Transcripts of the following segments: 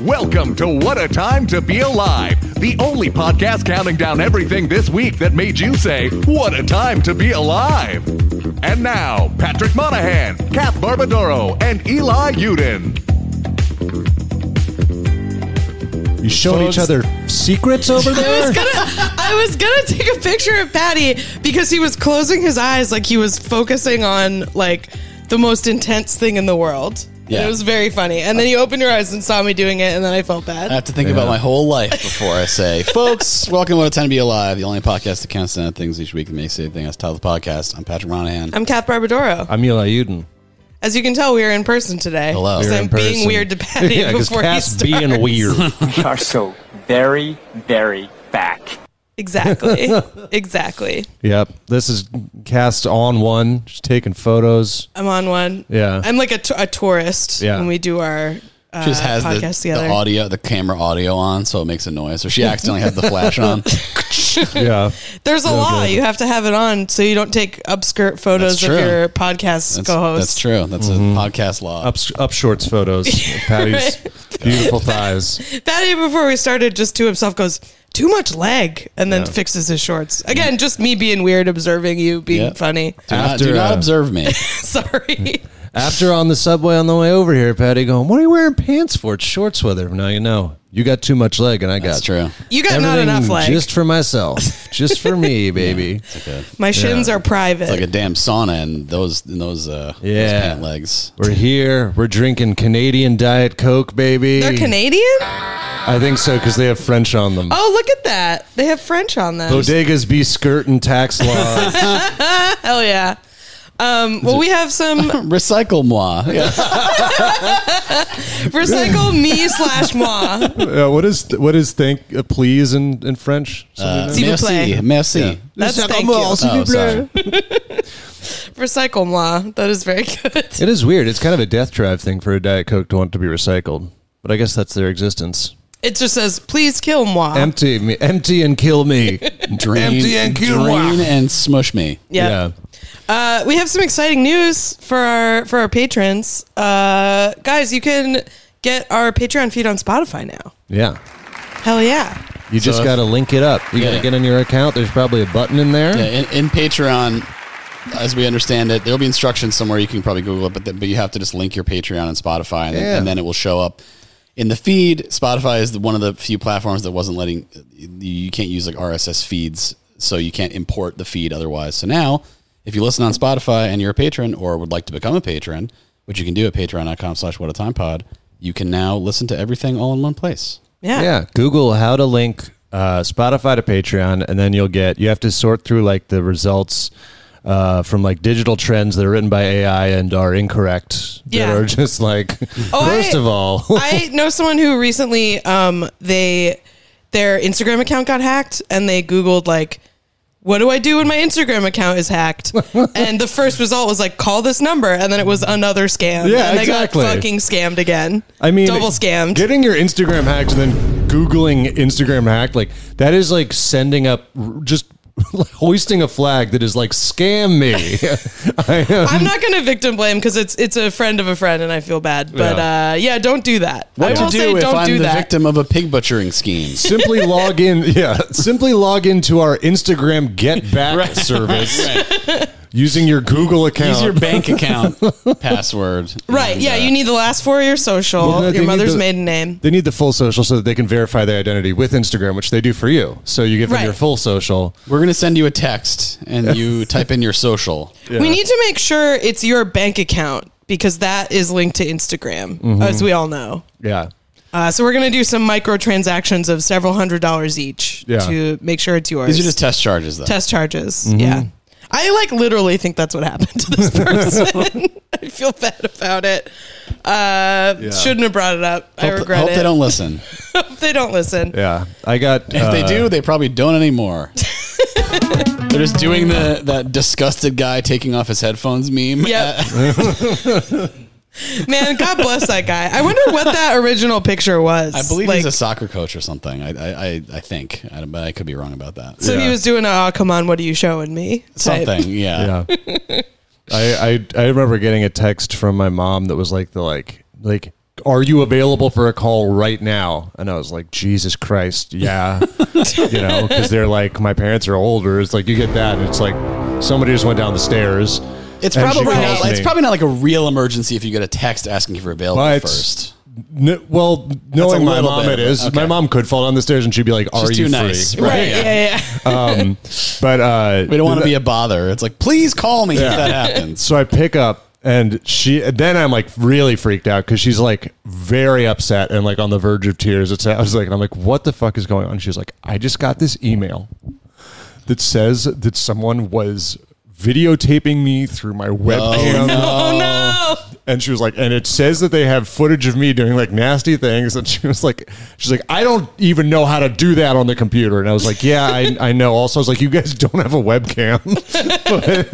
Welcome to What a Time to Be Alive, the only podcast counting down everything this week that made you say, What a Time to Be Alive. And now, Patrick Monahan, Kath Barbadoro, and Eli Uden. You showing each other secrets over I there? was gonna, I was gonna take a picture of Patty because he was closing his eyes like he was focusing on like the most intense thing in the world. And Yeah. it was very funny. And then you opened your eyes and saw me doing it, and then I felt bad. I have to think about my whole life before I say, folks, welcome to What a Time to Be Alive, the only podcast that counts down things each week that makes anything else title of the podcast. I'm Patrick Monahan. I'm Kath Barbadoro. I'm Eli Uden. As you can tell, we are in person today. Hello. Because We're I'm in being person. weird to Patty before he starts. being weird. are so very, very back. Exactly. exactly. yep. This is cast on one. She's taking photos. I'm on one. Yeah. I'm like a, t- a tourist Yeah. when we do our uh, She just has podcast the, together. the audio, the camera audio on, so it makes a noise. Or she accidentally has the flash on. Yeah. There's a law. You have to have it on so you don't take obscure photos That's of true. your podcast That's, co-host. that's true. That's a podcast law. Mm-hmm. Up, up shorts photos. of Patty's beautiful thighs. Patty, before we started, just to himself goes, too much leg, and then fixes his shorts. Again, just me being weird, observing you being Yeah. funny. do not, do After, not uh, observe me. Sorry. After on the subway on the way over here, Patty going, What are you wearing pants for? It's shorts weather. Now you know. You got too much leg, and I got That's true. You got not everything enough leg. Just for myself. Just for me, baby. My shins are private. Like a damn sauna and those and those uh those Yeah. pant legs. We're here. We're drinking Canadian Diet Coke, baby. They're Canadian? I think so because they have French on them. Oh, look at that. They have French on them. Oh, Bodegas be skirt and tax law. Hell yeah. Um, well, we have Oh, some Recycle moi. Yeah. recycle me slash moi. Uh, what is what is thank uh, please in, in French? Uh, Something S'il vous plaît. merci. Merci. That's like that. thank you. Oh, sorry. Recycle moi. That is very good. It is weird. It's kind of a death drive thing for a Diet Coke to want to be recycled, but I guess that's their existence. It just says, please kill Ah. moi. Empty me, empty and kill me. Drain, Empty and cute drain one. and smush me. yeah. Uh, we have some exciting news for our for our patrons, uh, guys. You can get our Patreon feed on Spotify now. yeah, Hell yeah! You just if- got to link it up. You got Yeah. to get in your account. There's probably a button in there. Yeah, in, in Patreon, as we understand it, there'll be instructions somewhere. You can probably Google it, but, the, but you have to just link your Patreon and Spotify, and, Yeah. and then it will show up in the feed. Spotify is the, one of the few platforms that wasn't letting you can't use like RSS feeds, so you can't import the feed otherwise. So now, if you listen on Spotify and you're a patron or would like to become a patron, which you can do at patreon.com slash what a time pod, you can now listen to everything all in one place. Yeah, Yeah, Google how to link uh, Spotify to Patreon, and then you'll get. You have to sort through like the results uh, from like digital trends that are written by AI and are incorrect. Yeah. That are just like Oh, first I- of all, I know someone who recently um, they their Instagram account got hacked, and they Googled like, "What do I do when my Instagram account is hacked?" and the first result was like, "Call this number," and then it was another scam. Yeah, and they exactly. got fucking scammed again. I mean, double scammed. Getting your Instagram hacked and then googling Instagram hacked like that is like sending up r- just. hoisting a flag that is like scam me. I am- I'm not going to victim blame because it's it's a friend of a friend, and I feel bad. Yeah. But yeah, uh, yeah don't do that. I will say, if don't I'm do the that. victim of a pig butchering scheme? simply log in. Yeah, simply log into our Instagram Get Back service using your Google account. Use your bank account password. Right? And, Yeah, uh, you need the last four of your social, Well, no, they your need mother's the- maiden name. They need the full social so that they can verify their identity with Instagram, which they do for you. So you give them Right. your full social. We're gonna send you a text, and you type in your social. We need to make sure it's your bank account because that is linked to Instagram, as we all know. Yeah. Uh, so we're going to do some microtransactions of several hundred dollars each Yeah. to make sure it's yours. These are just test charges, though. test charges. Yeah. I like literally think that's what happened to this person. I feel bad about it. Uh, Shouldn't have brought it up. I hope regret hope it. they don't listen. If Hope they don't listen. Yeah. I got. If they do, they probably don't anymore. They're just doing the that disgusted guy taking off his headphones meme. Yep. Man, God bless that guy. I wonder what that original picture was. I believe like, he's a soccer coach or something. I I, I, I think, I, but I could be wrong about that. so Yeah. he was doing a "Aw, come on, what are you showing me? type. Something, yeah. Yeah. I, I I remember getting a text from my mom that was like the like like are you available for a call right now? And I was like, Jesus Christ, yeah. you know, because they're like, my parents are older. It's like, you get that. And it's like, somebody just went down the stairs. and It's she probably calls not, it's me. probably not like a real emergency if you get a text asking if you're available Well, it's- first. N- well, knowing my little mom, bit it of it. is. Okay. My mom could fall down the stairs and she'd be like, "Are She's you too free?" nice. Right. Right, yeah. yeah. Yeah. yeah. Um, but uh, We don't want to be a bother. It's like, please call me if that happens. so I pick up and she then I'm like really freaked out because she's like very upset and like on the verge of tears. It's I was like and I'm like, what the fuck is going on? She's like, I just got this email that says that someone was videotaping me through my webcam. Oh no. And she was like, and it says that they have footage of me doing like nasty things. And she was like, she's like, I don't even know how to do that on the computer. And I was like, yeah, I, I know. Also, I was like, you guys don't have a webcam. but,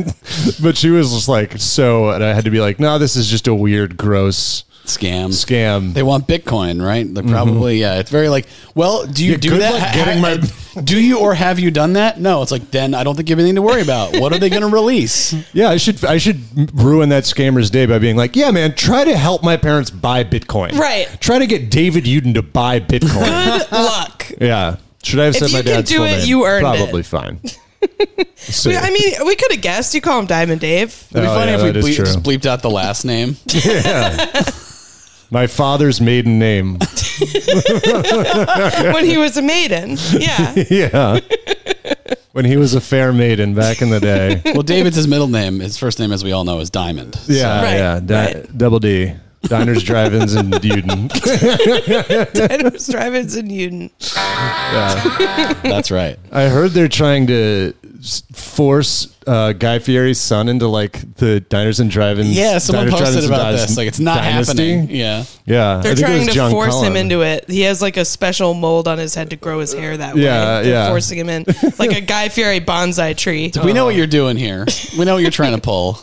but she was just like, so, and I had to be like, no, this is just a weird, gross Scam. scam. They want Bitcoin, right? They're probably yeah. It's very like, well, do you Yeah, do good that? luck Ha- getting ha- do you or have you done that? No, it's like then I don't think you have anything to worry about. What are they going to release? yeah, I should, I should ruin that scammer's day by being like, yeah, man, try to help my parents buy Bitcoin. Right. Try to get David Uden to buy Bitcoin. Good luck. yeah. Should I have said you my can dad's do full it, name? you earned it. Probably fine. We- I mean, we could have guessed. You call him Diamond Dave. It'd be Oh, funny yeah, if we that is ble- true. just bleeped out the last name. My father's maiden name. when he was a maiden. Yeah. yeah. When he was a fair maiden back in the day. Well, David's his middle name. His first name, as we all know, is Diamond. So- Yeah, Right, yeah. Di- right. Double D. Diners, drive-ins, and Duden. Dinos, drive-ins, and Newton. that's right. I heard they're trying to s- force uh, Guy Fieri's son into like the diners and drive-ins. Yeah, someone Diners, posted Drive-Ins, and about Dines- this. Like, it's not Dynasty. happening. Yeah. Yeah, They're I think it trying was to John force him Cullen. into it. He has like a special mold on his head to grow his hair that Yeah, way. They're yeah. forcing him in. Like a Guy Fieri bonsai tree. We know what Uh. you're doing here. We know what you're trying to pull.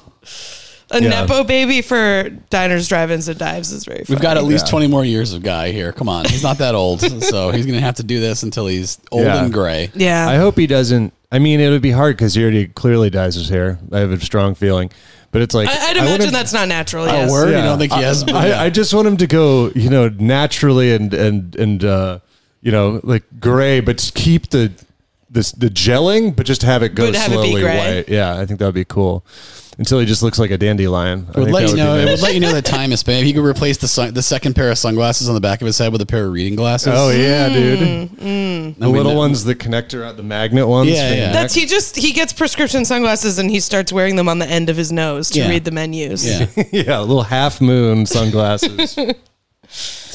A Yeah. Nepo baby for diners, drive-ins, and dives is very funny. We've got at least Yeah. 20 more years of Guy here. Come on. He's not that old. So he's going to have to do this until he's old Yeah. and gray. Yeah. I hope he doesn't. I mean, it would be hard because he already clearly dyes his hair. I have a strong feeling, but it's like I, I'd I imagine wouldn't- that's not natural. Yes. word? You don't think he has- I, I, I just want him to go, you know, naturally and and and uh, you know, like gray, but s- keep the this the gelling, but just have it go But have it be slowly gray. white. Yeah, I think that would be cool. Until he just looks like a dandelion. I It would think let that you be know. It nice. would let you know that time has spent. He could replace the sun, the second pair of sunglasses on the back of his head with a pair of reading glasses. Oh Mm, yeah, dude. The mean, little that- ones, the connector, out the magnet ones. Yeah, for your yeah. neck. That's he just he gets prescription sunglasses and he starts wearing them on the end of his nose to Yeah. read the menus. yeah. yeah, little half moon sunglasses.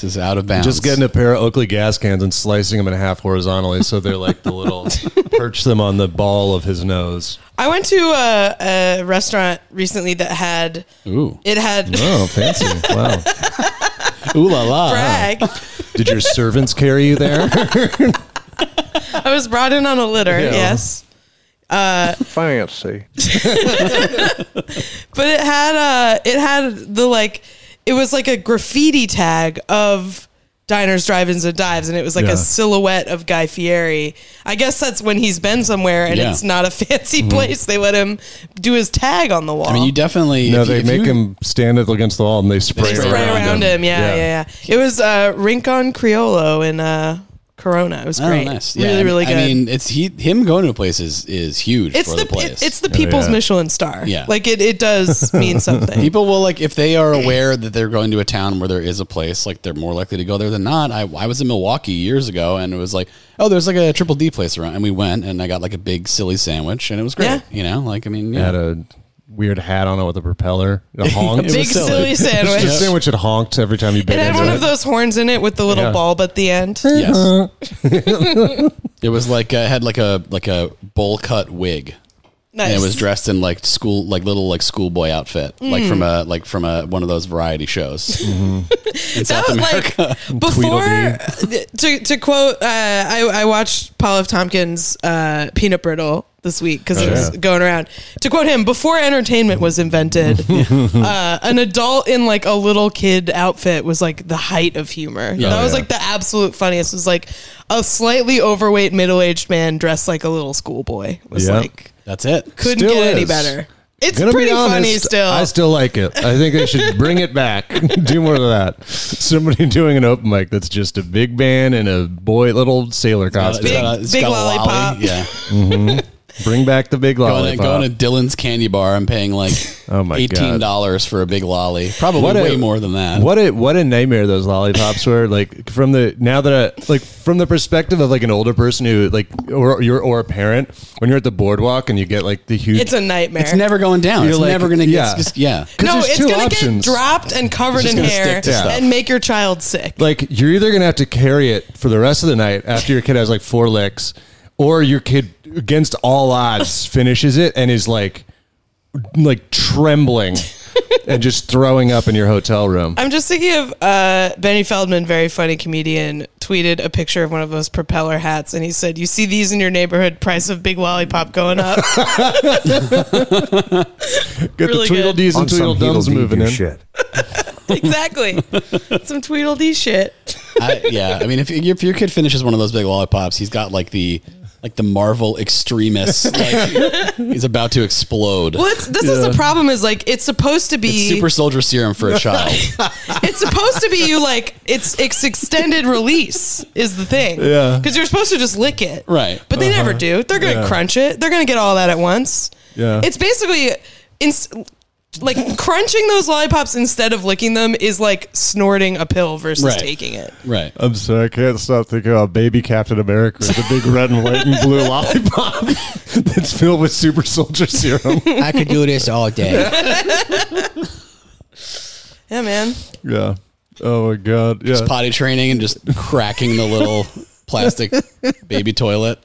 This is out of bounds. Just getting a pair of Oakley gas cans and slicing them in half horizontally, so they're like the little perch them on the ball of his nose. I went to a, a restaurant recently that had ooh it had Oh, fancy! Wow. ooh la la. brag. Did your servants carry you there? I was brought in on a litter. Yeah. Yes. Fancy. but it had uh it had the like it was like a graffiti tag of diners drive-ins and dives and it was like Yeah. a silhouette of guy fieri i guess that's when he's been somewhere and Yeah. Mm-hmm. it's not a fancy place they let him do his tag on the wall I mean, you definitely. no, if you- they if make you- him stand up against the wall and they spray, They spray spray around, him. Yeah, yeah, yeah. It was uh, Rincon Criollo in uh, Corona. It was Oh, great. nice. Yeah, Really, I mean- really good. I mean, it's he him going to a place is is huge it's for the, the, it- place. it's the people's yeah. Michelin star. Yeah. like it, it does mean something. people will like if they are aware that they're going to a town where there is a place like they're more likely to go there than not I, I was in milwaukee years ago and it was like oh there's like a triple d place around and we went and i got like a big silly sandwich and it was great Yeah. you know like i mean Had yeah a weird hat on it with a propeller. It honked. It Big was silly. silly sandwich. Just a sandwich had honked every time you bit It had into one it. of those horns in it with the little Yeah. bulb at the end. yes it was like uh, had like a like a bowl cut wig Nice. Mm. and it was dressed in like school like little like schoolboy outfit like from a like from a one of those variety shows Mm. in That south was, america like before uh, to, to quote uh, I, I watched paul f tompkins uh, peanut brittle this week because it Oh, was yeah. going around to quote him before entertainment was invented uh, an adult in like a little kid outfit was like the height of humor that was yeah. like the absolute funniest It was like a slightly overweight middle-aged man dressed like a little schoolboy was Yeah. like that's it couldn't Still get any is. better It's Gonna pretty be honest, funny still. I still like it. I think they should bring it back. Do more of that. Somebody doing an open mic that's just a big band and a boy, little sailor costume. Big- big lollipop. Yeah. Bring back the big Going to, lollipop. going to Dylan's candy bar and paying like Oh my God. $18 for a big lolly. Probably What a- way more than that. What a what a nightmare those lollipops were. Like from the now that I, like from the perspective of like an older person who like or you're or a parent when you're at the boardwalk and you get like the huge. it's a nightmare. It's never going down. You're it's like, never going to get. yeah. Yeah. Just, yeah. 'Cause no, there's it's two gonna options. get dropped and covered just in gonna hair stick to stuff. and make your child sick. like you're either gonna have to carry it for the rest of the night after your kid has like four licks, or your kid against all odds finishes it and is like like trembling and just throwing up in your hotel room. I'm just thinking of uh, Benny Feldman, very funny comedian, tweeted a picture of one of those propeller hats, and he said, "You see these in your neighborhood? Price of big lollipop going up." Get the really good. Tweedledees and On some Tweedledums Heedledee moving do in. shit. exactly, some Tweedledee shit. I, yeah. I mean, if, your- if your kid finishes one of those big lollipops, he's got like the like the Marvel extremist. Like, he's about to explode. Well, it's, this is the problem. Is like it's supposed to It's be super soldier serum for a child. it's supposed to be you like it's it's extended release is the thing. Yeah. Because you're supposed to just lick it. Right. But they never do. They're gonna crunch it. They're gonna get all that at once. Yeah. It's basically ins- like crunching those lollipops instead of licking them is like snorting a pill versus Right. taking it. right. I'm sorry, I can't stop thinking about Baby Captain America with a big red and white and blue lollipop that's filled with super soldier serum. I could do this all day. Yeah, man. Yeah. Oh my god. Yeah. Just potty training and just cracking the little plastic baby toilet.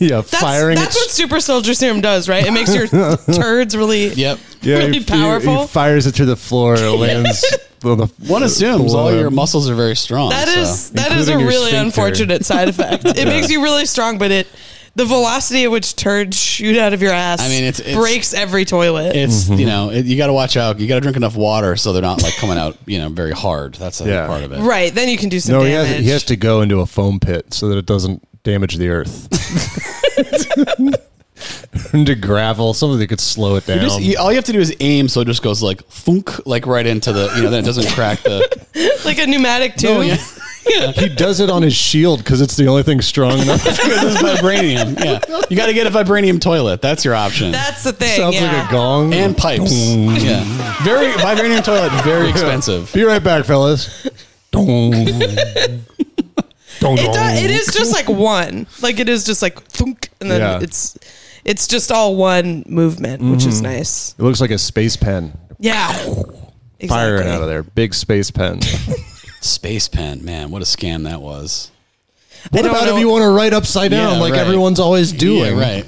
yeah. That's firing. that's it what super soldier serum does, right? It makes your turds really Yep. yeah, really he- powerful. He, fires it through the floor. It lands. on the, One assumes all below your him. muscles are very strong. That is so. that is a including your really sphincter. unfortunate side effect. It makes you really strong, but it the velocity at which turds shoot out of your ass. I mean, it's- it's- breaks every toilet. It's Mm-hmm. you know it, you got to watch out. You got to drink enough water so they're not like coming out you know very hard. That's the Yeah. part of it. right then you can do some No, he damage. has, he has to go into a foam pit so that it doesn't damage the earth. into gravel, something that could slow it down. You just- you- all you have to do is aim, so it just goes like thunk, like right into the you know. Then it doesn't crack the. like a pneumatic tube. yeah. he does it on his shield because it's the only thing strong enough. this is vibranium. Yeah, you got to get a vibranium toilet. That's your option. That's the thing. Sounds yeah. like a gong. and pipes. yeah, very vibranium toilet. Very expensive. Be right back, fellas. It does, it is just like one. Like it is just like thunk, and then Yeah. it's it's just all one movement, which is Mm-hmm. nice. It looks like a space pen. Yeah. Firing Exactly. out of there. Big space pen. Space pen, man, what a scam that was. What don't about know- if you want to write upside down Yeah, like right. everyone's always doing? Yeah, right.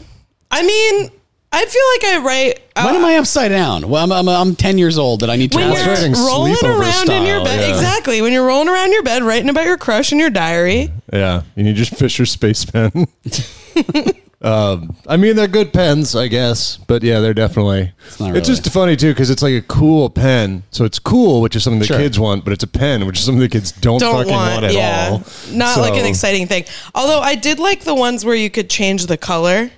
I mean, I feel like I write. When am I upside down? Well, I'm, I'm, I'm 10 years old and I need to. when That's you're writing rolling sleepover around in your style, bed, yeah. exactly. When you're rolling around your bed, writing about your crush in your diary, Yeah. You need your Fisher space pen. um, I mean, they're good pens, I guess. But yeah, they're definitely. It's, not really- just funny, too, because it's like a cool pen. So it's cool, which is something the Sure. kids want, but it's a pen, which is something the kids don't, don't fucking want, want, at yeah, all. not like an So- exciting thing. Although I did like the ones where you could change the color,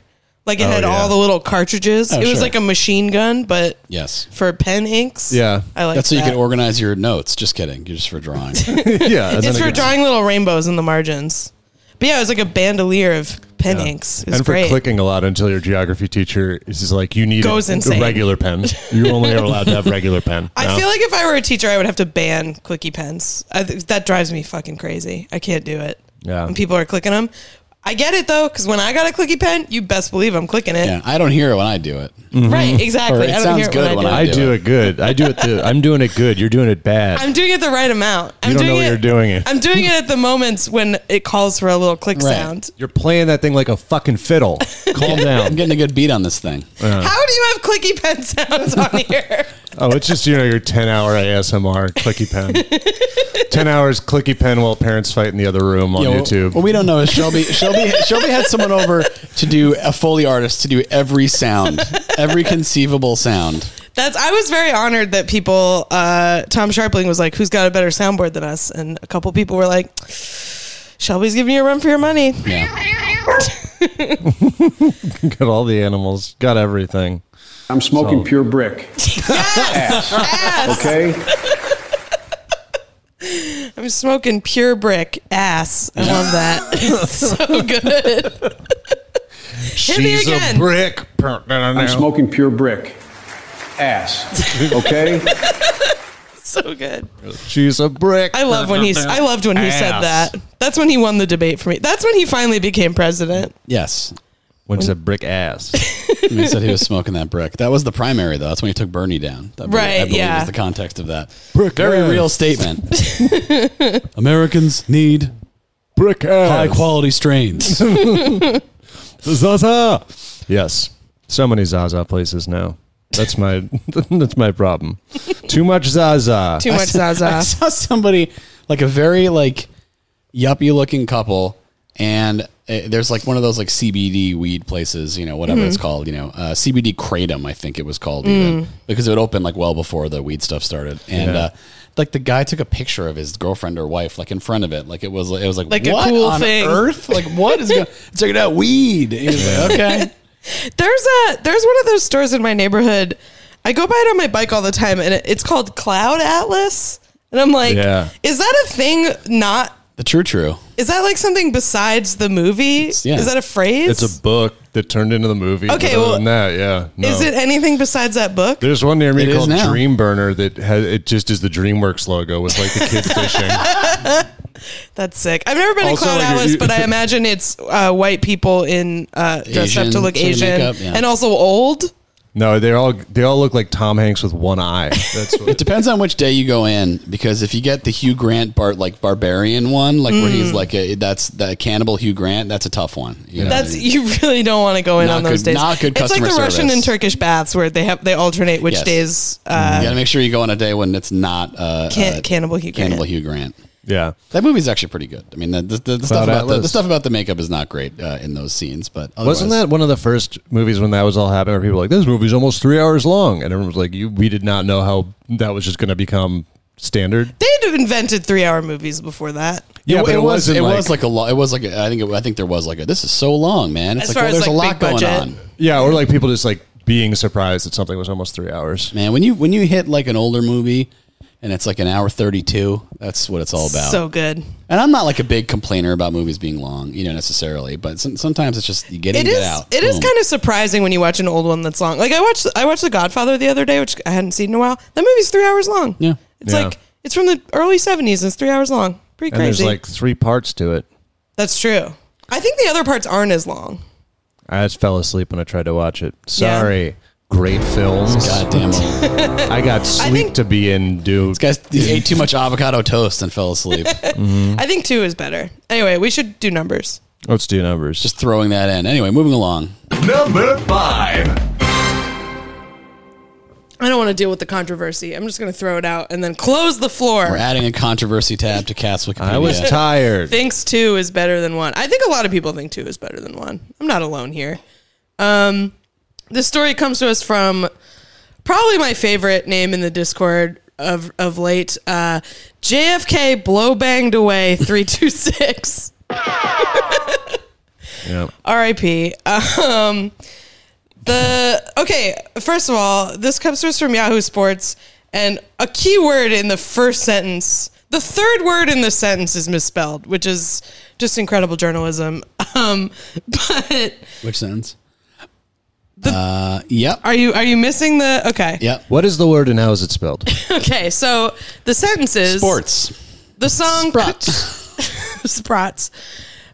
like it Oh, had yeah. Oh, all the little cartridges. it was sure. like a machine gun, but Yes. for pen inks. Yeah. I like That's so you that. can organize your notes. Just kidding. You're just for drawing. Yeah. and then It's it for gets- drawing little rainbows in the margins. But yeah, it was like a bandolier of pen inks. It was and for great. clicking a lot until your geography teacher is just like, you need Goes a, insane. regular pen. You only are allowed to have regular pen. I No. feel like if I were a teacher, I would have to ban clicky pens. I, th- that drives me fucking crazy. I can't do it. Yeah. When people are clicking them. I get it though, because when I got a clicky pen, you best believe I'm clicking it. yeah, I don't hear it when I do it. Right, exactly. Mm-hmm. Or it I don't sounds hear it good when, when I do I it. do do it. it good. I do it. The, I'm doing it good. You're doing it bad. I'm doing it the right amount. I'm don't know doing what it, you're doing it. I'm doing it at the moments when it calls for a little click sound. You're playing that thing like a fucking fiddle. Calm I'm down. getting a good beat on this thing. How do you have clicky pen sounds on here? Oh, it's just you know your 10 hour ASMR clicky pen. 10 hours clicky pen while parents fight in the other room on Yeah, well- YouTube. What we don't know is Shelby. Shelby. Shelby had someone over to do a foley artist to do every sound, every conceivable sound. That's. I was very honored that people. Uh, Tom Sharpling was like, "Who's got a better soundboard than us?" And a couple people were like, "Shelby's giving you a run for your money." Yeah. got all the animals. Got everything. I'm smoking So- pure brick. Yes! ass. Okay? I'm smoking pure brick ass. I love that. It's so good. Hit me She's a again. brick. I'm smoking pure brick. Ass. Okay? So good. She's a brick. I love when he's. I loved when he said Ass. that. That's when he won the debate for me. That's when he finally became president. Yes. When she said brick ass. And he said he was smoking that brick. That was the primary, though. That's when he took Bernie down. That, believe- Right, I believe yeah. was the context of that. Brick Very ass. real statement. Americans need brick ass. high quality strains. Zaza. Yes. So many Zaza places now. That's my that's my problem. Too much Zaza. Too much I Zaza. saw somebody like a very like yuppie looking couple, and uh, there's like one of those like CBD weed places, you know, whatever Mm-hmm. it's called, you know, uh, CBD kratom, I think it was called, Mm. even, because it would open like well before the weed stuff started, and Yeah. uh, like the guy took a picture of his girlfriend or wife like in front of it, like it was it was like, Like a what cool on thing." earth, like what is going? Check it out, weed. And he was like, okay, There's a there's one of those stores in my neighborhood. I go by it on my bike all the time, and it, it's called Cloud Atlas. And I'm like, Yeah. is that a thing? Not the true true. is that like something besides the movie? yeah. Is that a phrase? It's a book that turned into the movie. Okay, but other well, than that, yeah. No. Is it anything besides that book? There's one near It me is called now. Dream Burner that has it just is the DreamWorks logo with like the kid fishing. That's sick. I've never been to Also, Cloud like, Atlas, you- but I imagine it's uh, white people in uh, dressed up to Asian look sort of Asian makeup, yeah. and also old. No, they all they all look like Tom Hanks with one eye. That's what It depends on which day you go in because if you get the Hugh Grant Bart like barbarian one, like where Mm. he's like a that's the cannibal Hugh Grant, that's a tough one. You know? That's you really don't want to go in Not on those good- days. not good it's like the customer Russian service. and Turkish baths where they have they alternate which Yes. days uh, you got to make sure you go on a day when it's not uh, can, uh, cannibal Hugh Grant. cannibal Hugh Grant. yeah. That movie's actually pretty good. I mean, the, the, the, stuff Cloud about the, the Atlas. stuff about the makeup is not great uh, in those scenes, but Wasn't otherwise- that one of the first movies when that was all happening? Where people were like, "This movie's almost three hours long," and everyone was like, "You, we did not know how that was just going to become standard." They'd invented three hour movies before that. Yeah, it, but it was wasn't it like- was like a lot. It was like a, I think it, I think there was like a this is so long, man. As It's like far well, as, there's a like, lot big going budget. on. Yeah, or like people just like being surprised that something was almost three hours. Man, when you when you hit like an older movie and it's like an hour 32, that's what it's all about. So good. And I'm not like a big complainer about movies being long, you know, necessarily, but some, sometimes it's just you get in, It get is. out. It is Boom. kind of surprising when you watch an old one that's long. Like I watched. I watched The Godfather the other day, which I hadn't seen in a while. That movie's three hours long. Yeah. It's Yeah. like it's from the early seventies and it's three hours long. Pretty And there's crazy. like three parts to it. That's true. I think the other parts aren't as long. I just fell asleep when I tried to watch it. Yeah. Sorry. Great films. goddamn. This I got sleep think- to be in, dude. guy's he ate too much avocado toast and fell asleep. I think two is better. Anyway, we should do numbers. Let's do numbers. just throwing that in. Anyway, moving along. Number five. I don't want to deal with the controversy. I'm just going to throw it out and then close the We're floor. adding a controversy tab to Cat's Wikipedia. I was tired. Thinks two is better than one. I think a lot of people think two is better than one. I'm not alone here. Um, this story comes to us from probably my favorite name in the Discord of of late. Uh, JFK blow banged away three two six. yeah. R.I.P. Um, the okay. First of all, this comes to us from Yahoo Sports, and a key word in the first sentence, the third word in the sentence is misspelled, which is just incredible journalism. Um, but Which sentence? uh, yep. are you are you missing the okay? Yep. What is the word and how is it spelled? Okay, so the sentence is Sports. the song Brats. Sprats.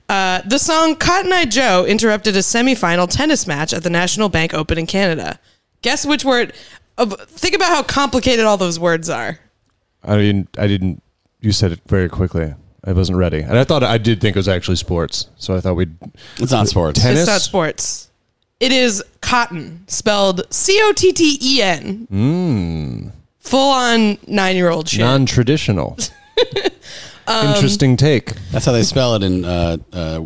Uh, the song Cotton Eye Joe interrupted a semifinal tennis match at the National Bank Open in Canada. Guess which word? of think about how complicated all those words are. I mean, I didn't. You said it very quickly. I wasn't ready, and I thought I did think it was actually sports. So I thought we'd It's not sports. Tennis? It's not sports. It is cotton, spelled C O T T E N. Mm. Full on nine year old shit. non-traditional. Interesting take. That's how they spell it in uh, uh,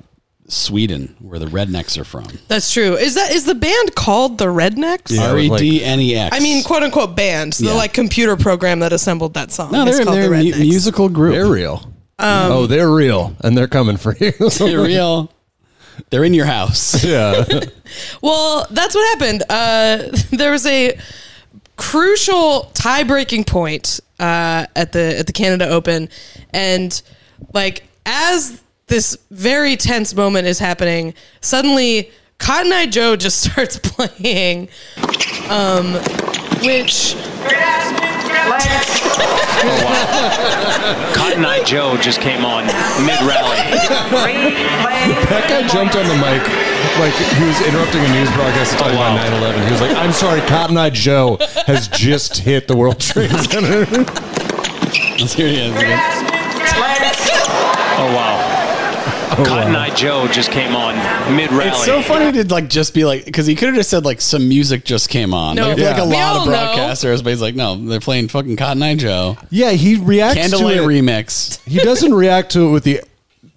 Sweden, where the rednecks are from. That's true. Is that is the band called the Rednecks? Yeah. R e d n e x. I mean, quote unquote band, the Yeah. like computer program that assembled that song. no, is they're, called they're the a mu- Rednecks. musical group. Um, They're real. oh, they're real, and they're coming for you. They're real. They're in your house. Yeah. Well, that's what happened. Uh, there was a crucial tie-breaking point uh, at the at the Canada Open, and like as this very tense moment is happening, suddenly Cotton Eye Joe just starts playing, um, which Cotton Eye Joe just came on mid rally. That guy jumped on the mic like he was interrupting a news broadcast to talk wow. Oh, about 9 11. He was like, I'm sorry, Cotton Eye Joe has just hit the World Trade Center. Let's hear it again. Oh wow. Cotton Eye Joe just came on mid rally. It's so funny to like just be like because he could have just said like some music just came on. No. like, I feel like a Yeah. We lot of all know. broadcasters, but he's like, no, they're playing fucking Cotton Eye Joe, yeah, he reacts Candlelight to it. remix. he doesn't react to it with the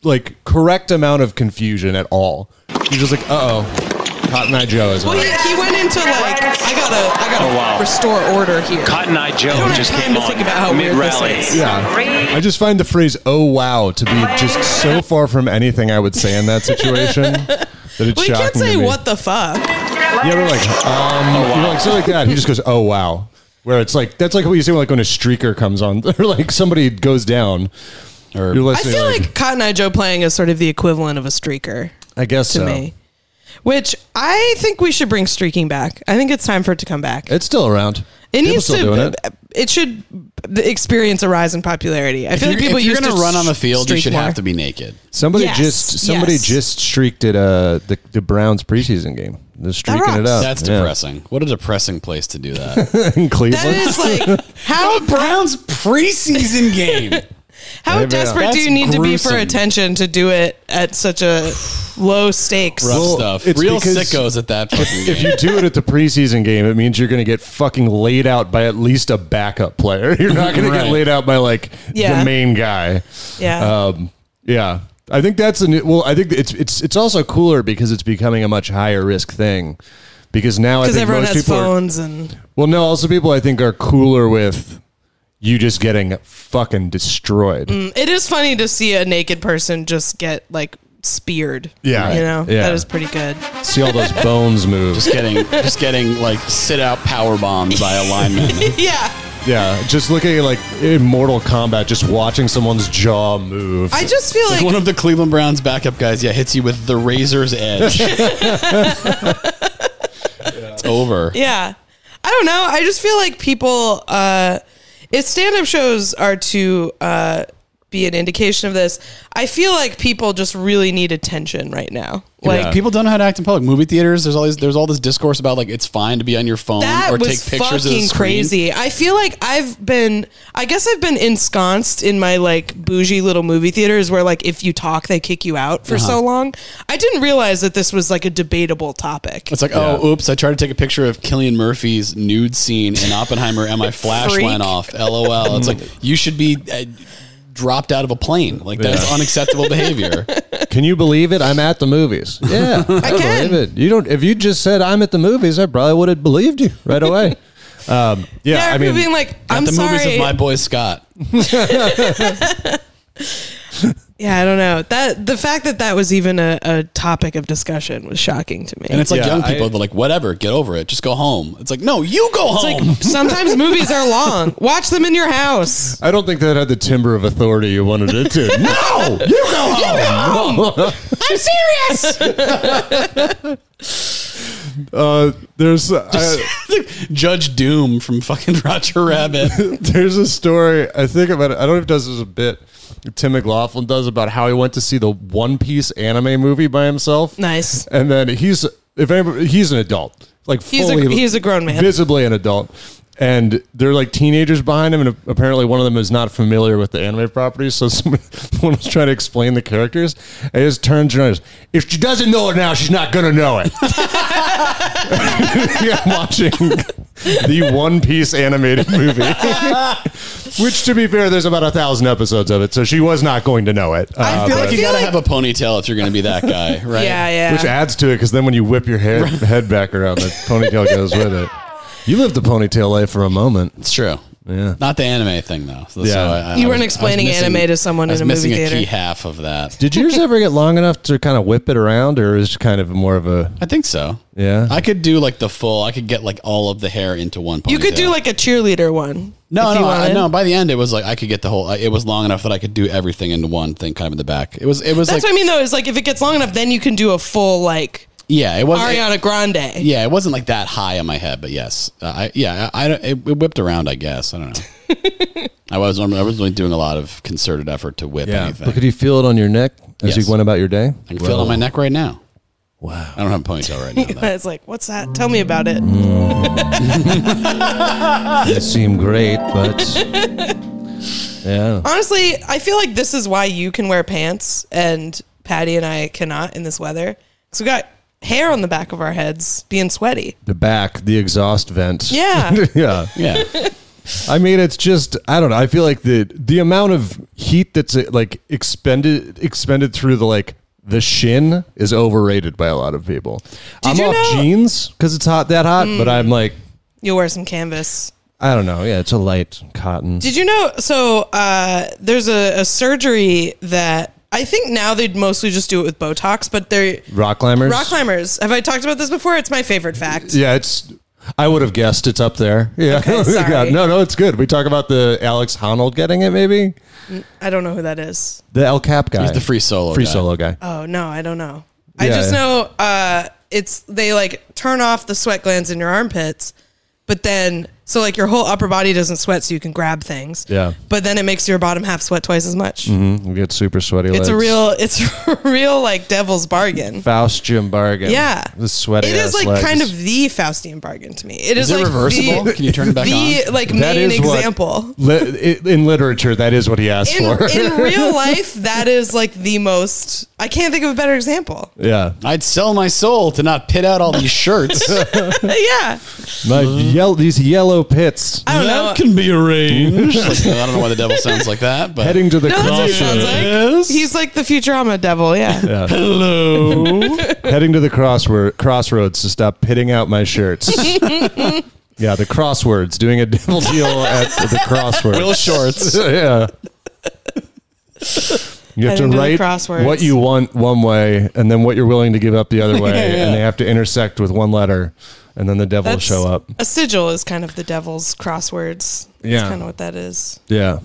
like correct amount of confusion at all. He's just like, uh oh, Cotton Eye Joe is well, on. he, he went into like I gotta I gotta Oh, wow. restore order here. Cotton Eye Joe I don't just have time came to on think about how mid weird this rally. is. Yeah. I just find the phrase "oh wow" to be just so far from anything I would say in that situation that it's Well, shocking you can't to say me. what the fuck. Yeah, we're like, um, you know, like something like that. He just goes, "Oh wow," where it's like that's like what you say like when a streaker comes on or like somebody goes down. Or- You're I listening. feel like, like Cotton Eye Joe playing is sort of the equivalent of a streaker. I guess to so. me. Which I think we should bring streaking back. I think it's time for it to come back. It's still around. it People needs still to. doing it. it should experience a rise in popularity. I feel If like you're, people if you're used gonna to run on the field, you streak should more. have to be naked. Somebody Yes, just somebody yes. just streaked at uh the, the Browns preseason game. They're streaking it rocks. up. That's Oh, Yeah. depressing. What a depressing place to do that. in That Cleveland. is like Oh, how Browns preseason game. how Maybe not. desperate do you That's need to be for gruesome. attention to do it at such a low stakes? Rough Well, stuff. it's Real because- sickos at that fucking game. if you do it at the preseason game, it means you're going to get fucking laid out by at least a backup player. You're not going to Right. get laid out by like Yeah. the main guy. Uh, Yeah. Um, yeah. I think that's an well. I think it's it's it's also cooler because it's becoming a much higher risk thing. Because now I Because think everyone most has people are, phones and well, no, also people I think are cooler with you just getting fucking destroyed. it is funny to see a naked person just get like speared. Yeah. You know? Yeah. That is pretty good. See all those bones move. just getting just getting like sit out power bombs by a lineman. Yeah. yeah, just looking at like in Mortal Kombat, just watching someone's jaw move. I just feel Like like one of the Cleveland Browns backup guys, yeah, hits you with the razor's edge. it's over. Yeah. I don't know. I just feel like people uh if stand up shows are to uh be an indication of this, I feel like people just really need attention right now. Like Like people don't know how to act in public. Movie theaters, there's all these, there's all this discourse about like it's fine to be on your phone that or was take pictures of the fucking screen. crazy. I feel like I've been I guess I've been ensconced in my like bougie little movie theaters where like if you talk they kick you out for Uh-huh. so long. I didn't realize that this was like a debatable topic. It's like, oh, oops, I tried to take a picture of Killian Murphy's nude scene in Oppenheimer and my flash Freak. went off. LOL. It's like, you should be uh, dropped out of a plane. Like, that's Yeah. unacceptable behavior. Can you believe it? I'm at the movies. Yeah, I, can. believe it. You don't. If you just said I'm at the movies, I probably would have believed you right away. um, yeah, yeah, I people mean, being like, I'm At the sorry. movies of my boy Scott. Yeah, I don't know. That the fact that that was even a, a topic of discussion was shocking to me. And it's like Yeah, young people, I- they're like, whatever, get over it. Just go home. It's like, no, you go home. sometimes movies are long. Watch them in your house. I don't think that had the timber of authority you wanted it to. no, you go home. I'm serious. Uh, there's I, Judge Doom from fucking Roger Rabbit. there's a story I think about. It, I don't know if it does as a bit. Tim McLaughlin does about how he went to see the One Piece anime movie by himself. nice. And then he's if anybody, he's an adult, like He's a- fully, he's a grown man. visibly an adult. And they're like teenagers behind him, and apparently one of them is not familiar with the anime properties. So someone one was trying to explain the characters, and he just turns around. And goes, if she doesn't know it now, she's not gonna know it. yeah, I'm watching the One Piece animated movie, which, to be fair, there's about a thousand episodes of it, so she was not going to know it. uh, I feel like you feel gotta like- have a ponytail if you're gonna be that guy, right? Yeah, yeah. Which adds to it because then when you whip your hair, head back around, the ponytail goes with it. You lived the ponytail life for a moment. It's true. Yeah. Not the anime thing though. So, Yeah. I- I You weren't was- I was explaining anime to someone I was in a movie missing theater. a key half of that. Did yours ever get long enough to kind of whip it around, or is it kind of more of a I think so. Yeah. I could do like the full. I could get like all of the hair into one. Ponytail. You could do like a cheerleader one. No, if you no, I, wanted. no. By the end, it was like I could get the whole. It was long enough that I could do everything into one thing, kind of in the back. It was. It was That's like what I mean though. Is like if it gets long enough, then you can do a full like Oh, yeah. It was it- Ariana Grande. yeah, it wasn't like that high on my head, but yes, uh, I yeah, I, I it, it whipped around. I guess I don't know. I was I was only doing a lot of concerted effort to whip anything. But could you feel it on your neck as Yes. you went about your day? I can feel it on my neck right now. Wow. I don't have a ponytail right now. though. It's like, what's that? Tell me about it. It seemed great, but yeah. Honestly, I feel like this is why you can wear pants and Patty and I cannot in this weather. Because we got hair on the back of our heads being sweaty. The back, the exhaust vent. Yeah. yeah. Yeah, I mean, it's just I don't know. I feel like the the amount of heat that's uh, like expended expended through the like the shin is overrated by a lot of people. I'm you off know- Mm. jeans because it's hot that hot, but I'm like You'll wear some canvas. I don't know. Yeah, it's a light cotton. Did you know? So uh, there's a, a surgery that I think now they'd mostly just do it with Botox, but they're Rock climbers. rock climbers. Have I talked about this before? It's my favorite fact. Yeah, it's. I would have guessed it's up there. Yeah. Okay, sorry. Yeah, No, no, it's good. We talk about the Alex Honnold getting it, maybe I don't know who that is. the El Cap guy. he's the free solo. free guy. solo guy. Oh no, I don't know. I Yeah, just yeah. know uh, it's they like turn off the sweat glands in your armpits, but then so like your whole upper body doesn't sweat, so you can grab things. Yeah. Mm-hmm. But then it makes your bottom half sweat twice as much. We get super sweaty. legs. It's a real, it's a real like devil's bargain. Faust Jim Bargain. Yeah, the sweaty. It is ass like legs. kind of the Faustian bargain to me. It is, it like reversible? The, Can you turn it back the, like That main is what- example. Li- i- in literature, that is what he asked In, for. in real life, that is like the most. I can't think of a better example. yeah, I'd sell my soul to not pit out all these shirts. yeah, my yell these yellow pits I don't know. can be arranged. Like, I don't know why the devil sounds like that, but heading to the No, that's what he sounds like. crossroads. He's like the Futurama devil, yeah. Hello, heading to the crossword crossroads to stop pitting out my shirts. yeah, the crosswords doing a devil deal at the crosswords. Will Shorts. yeah. You have Heading to to the write crosswords. what you want one way, and then what you're willing to give up the other way, and they have to intersect with one letter, and then the devil will That's- show up. A sigil is kind of the devil's crosswords. Yeah. That's kind of what that is. Yeah,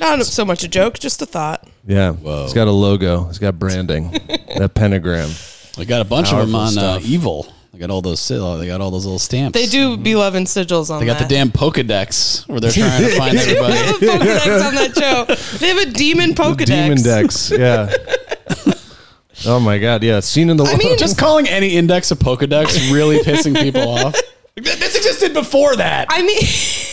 Not so much a joke, just a thought. Yeah. It's got a logo. It's got branding. that pentagram. I got a bunch of them Powerful on uh, stuff. Evil. I got all those. sil- They got all those little stamps. They do Mm-hmm. be loving sigils on They got the that. damn Pokedex where they're trying to find everybody. They have a Pokedex on that show. They have a demon Pokedex. Demon Dex. Yeah. oh my God. Yeah. Seen in the I mean, Just calling any index a Pokedex really pissing people off. This existed before that. I mean,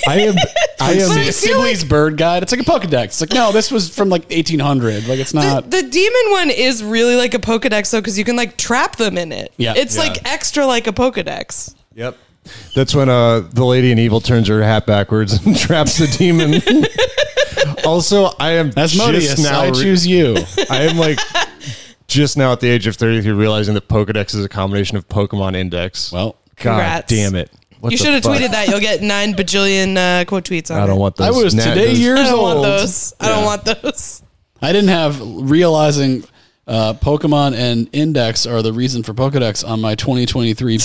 I am. I Sib- am. But- I feel Sibley's bird guide. It's like a Pokedex. It's like no, this was from like 1800. Like it's the, not. the demon one is really like a Pokedex, though, because you can like trap them in it. Yeah. It's Yeah. like extra like a Pokedex. Yep. That's when uh, the lady in evil turns her hat backwards and traps the demon. also, I am Asmodeus, just now. I re- choose you. I am like just now at the age of thirty-three realizing that Pokedex is a combination of Pokemon Index. Well, God Congrats. damn it! What you the should have fuck? tweeted that. You'll get nine bajillion uh, quote tweets on I don't it. want those. I was na- today those- years I don't old. want those. I don't want those. I didn't have realizing uh, Pokemon and Index are the reason for Pokedex on my 2023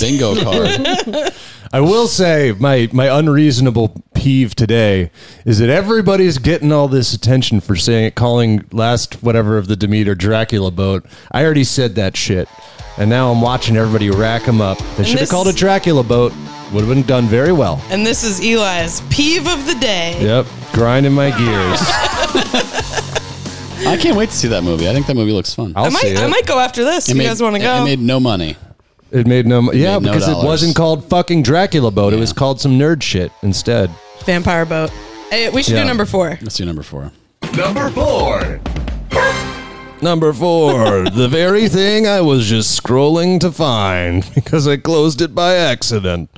bingo card. I will say my my unreasonable peeve today is that everybody's getting all this attention for saying calling last whatever of the Demeter Dracula boat. I already said that shit, and now I'm watching everybody rack them up. They should have this- called it Dracula boat. Would have been done very well. And this is Eli's peeve of the day. Yep, grinding my gears. I can't wait to see that movie. I think that movie looks fun. I'll I might, see it. I might go after this. It if made- you guys want to it- go? It made no money. it made no. mo- Yeah, made no because it dollars. wasn't called fucking Dracula boat. It was Yeah. called some nerd shit instead. Vampire boat. Eh, we should Yeah. do number four. Let's do number four. Number four. Number four, the very thing I was just scrolling to find because I closed it by accident.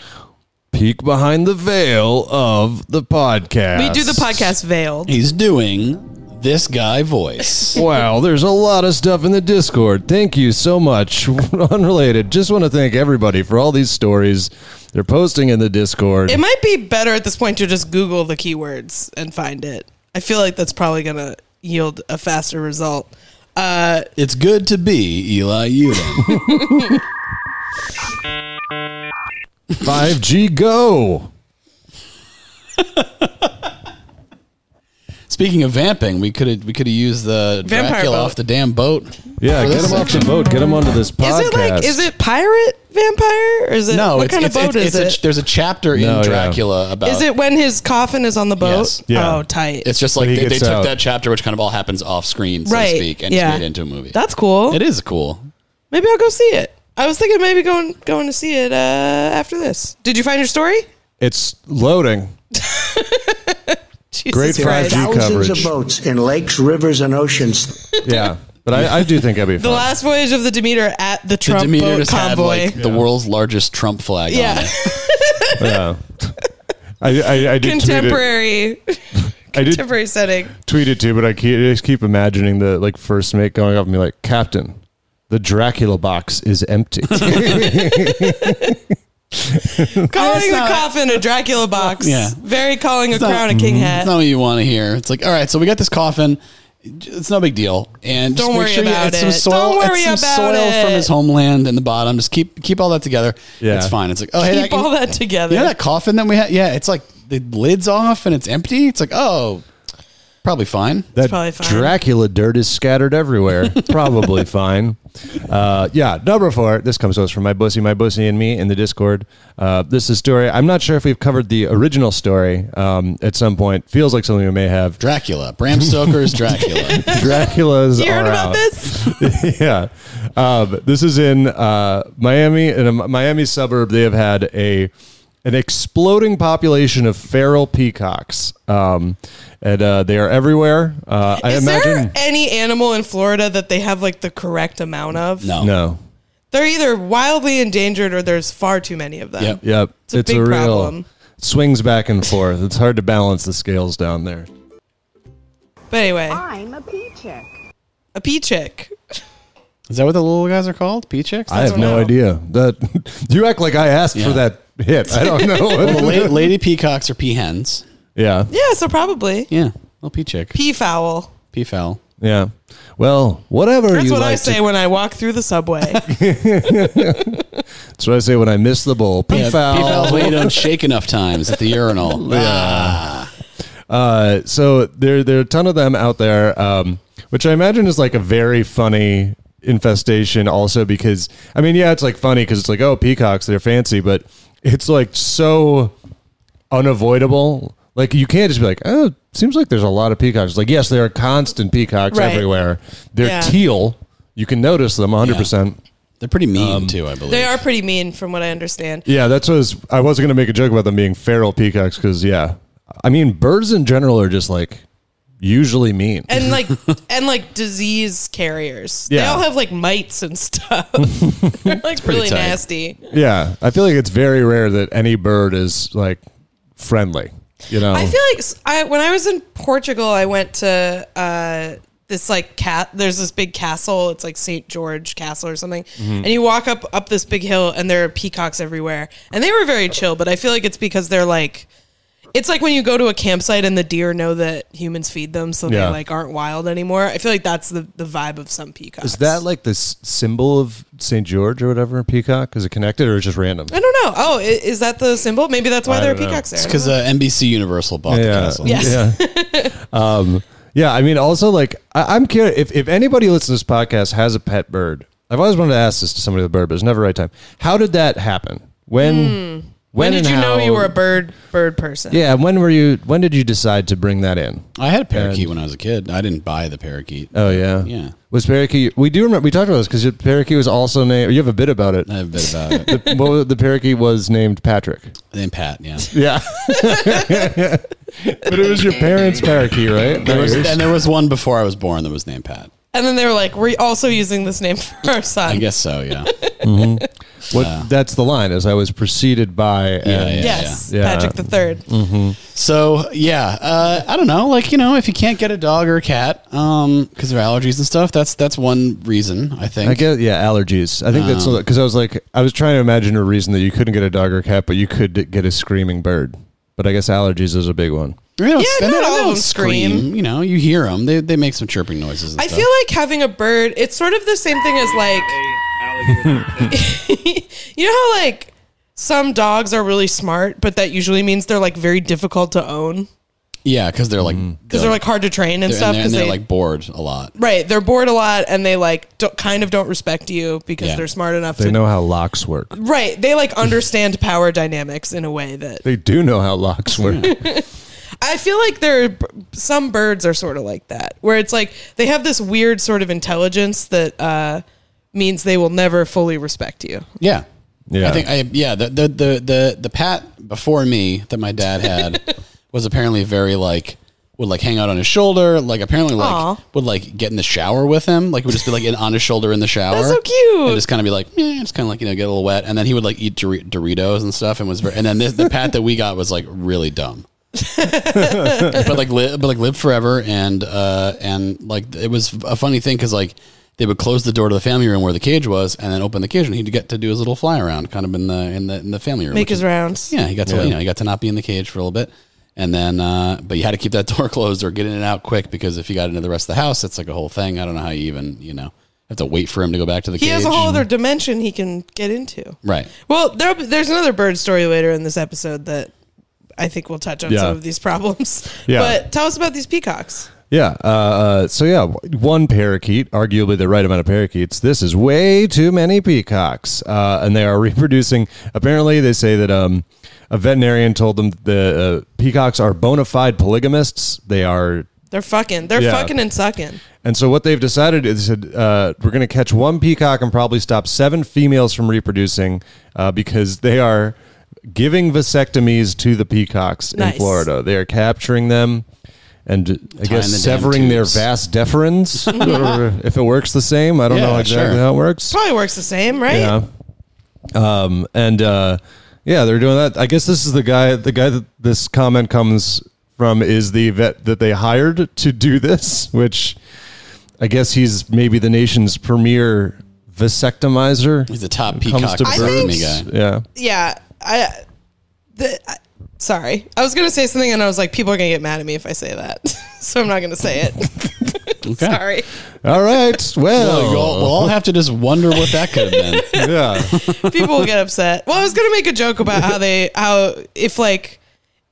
Peek behind the veil of the podcast. We do the podcast veiled. He's doing this guy voice. Wow, there's a lot of stuff in the Discord. Thank you so much. Unrelated, just want to thank everybody for all these stories they're posting in the Discord. It might be better at this point to just Google the keywords and find it. I feel like that's probably going to yield a faster result. It's good to be Eli Uden. 5G Go. Speaking of vamping, we could have we could have used the Vampire Dracula boat. off the damn boat. Yeah, get For this them off the section. boat. Get them onto this podcast. Is it like is it pirate vampire or is it No, what it's, kind it's, of boat it's, is it's it? A, there's a chapter in No, yeah. Dracula about. Is it when his coffin is on the boat? Yes. Yeah. Oh, tight. It's just like When he they, they gets took out. that chapter, which kind of all happens off screen, so right. to speak, and yeah. just made it into a movie. That's cool. it is cool. Maybe I'll go see it. I was thinking maybe going going to see it uh, after this. Did you find your story? It's loading. Jesus Great Christ. 5G coverage. boats in lakes, rivers, and oceans. Yeah, but I, I do think that'd be The fun. last voyage of the Demeter at the The Trump Demeter boat just had convoy. like the world's largest Trump flag. on yeah, it. yeah. I, I, I did contemporary Tweet it. I did contemporary setting. tweet it too, but I, keep, I just keep imagining the like first mate going up and be like, "Captain, the Dracula box is empty." Calling the not- coffin a Dracula box. Yeah. Very calling a It's not- crown a king hat. That's not what you want to hear. It's like, all right, so we got this coffin. It's no big deal. And just Don't make worry sure you about add some it. soil, Don't add worry some about soil from it. his homeland in the bottom. Just keep keep all that together. Yeah. It's fine. It's like, oh, hey, Keep all that together. you know that coffin that we had? Yeah, it's like the lid's off and it's empty. It's like, oh, probably fine. That probably fine. Dracula dirt is scattered everywhere. probably fine. Uh, yeah, number four. This comes to us from my bussy, my bussy, and me in the Discord. Uh, this is a story. I'm not sure if we've covered the original story um, at some point. Feels like something we may have. Dracula. Bram Stoker's Dracula. Dracula's you heard are about out. this? yeah. Um, this is in uh, Miami, in a Miami suburb. They have had a an exploding population of feral peacocks, um, and uh, they are everywhere. Uh, I Is imagine there any animal in Florida that they have like the correct amount of? No. no. They're either wildly endangered or there's far too many of them. Yep. Yep, It's a big problem. it swings back and forth. It's hard to balance the scales down there. But anyway, I'm a pea chick. a pea chick. Is that what the little guys are called? Pea chicks? I have no know. idea. That you act like I asked for Yeah. that hit. I don't know. Well, la- lady peacocks are peahens. yeah, Yeah, so probably. Yeah. Little pea chick. Pea fowl. Pea fowl. yeah. Well, whatever That's you what like I to say when I walk through the subway. That's what I say when I miss the bowl. Pee Yeah, foul. Pea fowls when you don't shake enough times at the urinal. Uh, so there, there are a ton of them out there, um, which I imagine is like a very funny infestation. Also, because I mean, yeah, it's like funny because it's like oh peacocks, they're fancy, but it's like so unavoidable. Like you can't just be like oh, seems like there's a lot of peacocks. Like yes, there are constant peacocks Right. everywhere. They're Yeah. teal. You can notice them 100. percent They're pretty mean Um, too, I believe. they are pretty mean from what I understand. Yeah, that's what I was, I was going to make a joke about them being feral peacocks because, yeah, I mean, birds in general are just like usually mean. And like and like disease carriers. They Yeah. all have like mites and stuff. They're like really tight. nasty. yeah, I feel like it's very rare that any bird is like friendly. You know, I feel like s- I when I was in Portugal, I went to uh, this like cat. There's this big castle. It's like Saint George Castle or something. Mm-hmm. And you walk up up this big hill, and there are peacocks everywhere. And they were very chill, but I feel like it's because they're like. It's like when you go to a campsite and the deer know that humans feed them, so Yeah. they like aren't wild anymore. I feel like that's the, the vibe of some peacocks. is that like the s- symbol of St. George or whatever peacock? Is it connected or is it just random? I don't know. Oh, i- is that the symbol? Maybe that's why I there are don't know. peacocks there. because uh, NBC Universal bought the castle. Yeah. um, yeah. I mean, also, like, I, I'm curious if, if anybody listening to this podcast has a pet bird, I've always wanted to ask this to somebody with a bird, but it's never the right time. How did that happen? When? Hmm. when did and you how- know you were a bird bird person? Yeah. When were you? When did you decide to bring that in? I had a parakeet when I was a kid. I didn't buy the parakeet. Oh yeah. Yeah. Was parakeet? We do remember we talked about this because parakeet was also named. You have a bit about it. I have a bit about it. what was, the parakeet was named Patrick. then Pat, yeah. Yeah. but it was your parents' parakeet, right? There was, Nice. and there was one before I was born that was named Pat. And then they were like, we're also using this name for our son. I guess so, yeah. What that's the line is I was preceded by and yeah, Mm, yes, yeah. Yeah. Patrick the Third. So yeah, uh, I don't know. Like you know, if you can't get a dog or a cat because of allergies and stuff, that's that's one reason I think. I guess yeah, allergies. I think that's Uh-huh. because I was like I was trying to imagine a reason that you couldn't get a dog or a cat, but you could get a screaming bird. But I guess allergies is a big one. They don't- Yeah, they not don't- all they of don't them scream. You know, you hear them. They they make some chirping noises. And I stuff. feel like having a bird. It's sort of the same thing as like, you know how like some dogs are really smart, but that usually means they're like very difficult to own yeah, because they're like Mm. because they're like hard to train and they're, stuff. and they're, Because and they're they like bored a lot. right, they're bored a lot and they like don't, kind of don't respect you because Yeah. they're smart enough They to know how locks work. right. They like understand power dynamics in a way that They do know how locks work. I feel like there are, some birds are sort of like that, where it's like they have this weird sort of intelligence that uh, means they will never fully respect you. Yeah. Yeah. I think I yeah, the the the the, the pat before me that my dad had was apparently very like would like hang out on his shoulder, like apparently like Aw. would like get in the shower with him, like would just be like in, on his shoulder in the shower. That's so cute. And just kind of be like, eh, just kind of like you know get a little wet, and then he would like eat Dor- Doritos and stuff, and was very, and then this, the pat that we got was like really dumb. but like li- but like live forever and uh and like it was a funny thing because like they would close the door to the family room where the cage was and then open the cage and he'd get to do his little fly around kind of in the in the in the family room Make which his is- rounds. yeah he got to you know he got to not be in the cage for a little bit and then uh but you had to keep that door closed or get in and out quick because if you got into the rest of the house it's like a whole thing i don't know how you even you know have to wait for him to go back to the He cage has a whole other dimension he can get into. right Well, there, there's another bird story later in this episode that I think we'll touch on Yeah. some of these problems. Yeah. But tell us about these peacocks. Yeah. Uh, uh, so yeah, w- one parakeet, arguably the right amount of parakeets. This is way too many peacocks, uh, and they are reproducing. Apparently, they say that um, a veterinarian told them the uh, peacocks are bona fide polygamists. They are They're fucking. They're Yeah. fucking and sucking. and so what they've decided is that uh, we're going to catch one peacock and probably stop seven females from reproducing uh, because they are giving vasectomies to the peacocks Nice. in Florida. They are capturing them and I Tying the damn guess severing their tubes. vas deferens. or if it works the same, I don't know Yeah, exactly sure. how it works. Probably works the same, right? Yeah. Um, and uh, yeah, they're doing that. I guess this is the guy. The guy that this comment comes from is the vet that they hired to do this, which I guess he's maybe the nation's premier vasectomizer. he's the top when it comes peacock to bird birds. me guy Yeah. yeah, I. The, I sorry, I was gonna say something, and I was like, people are gonna get mad at me if I say that, so I'm not gonna say it. okay sorry. All right. Well, Well. you'll- we'll all have to just wonder what that could have been. yeah. people will get upset. Well, I was gonna make a joke about how they how if like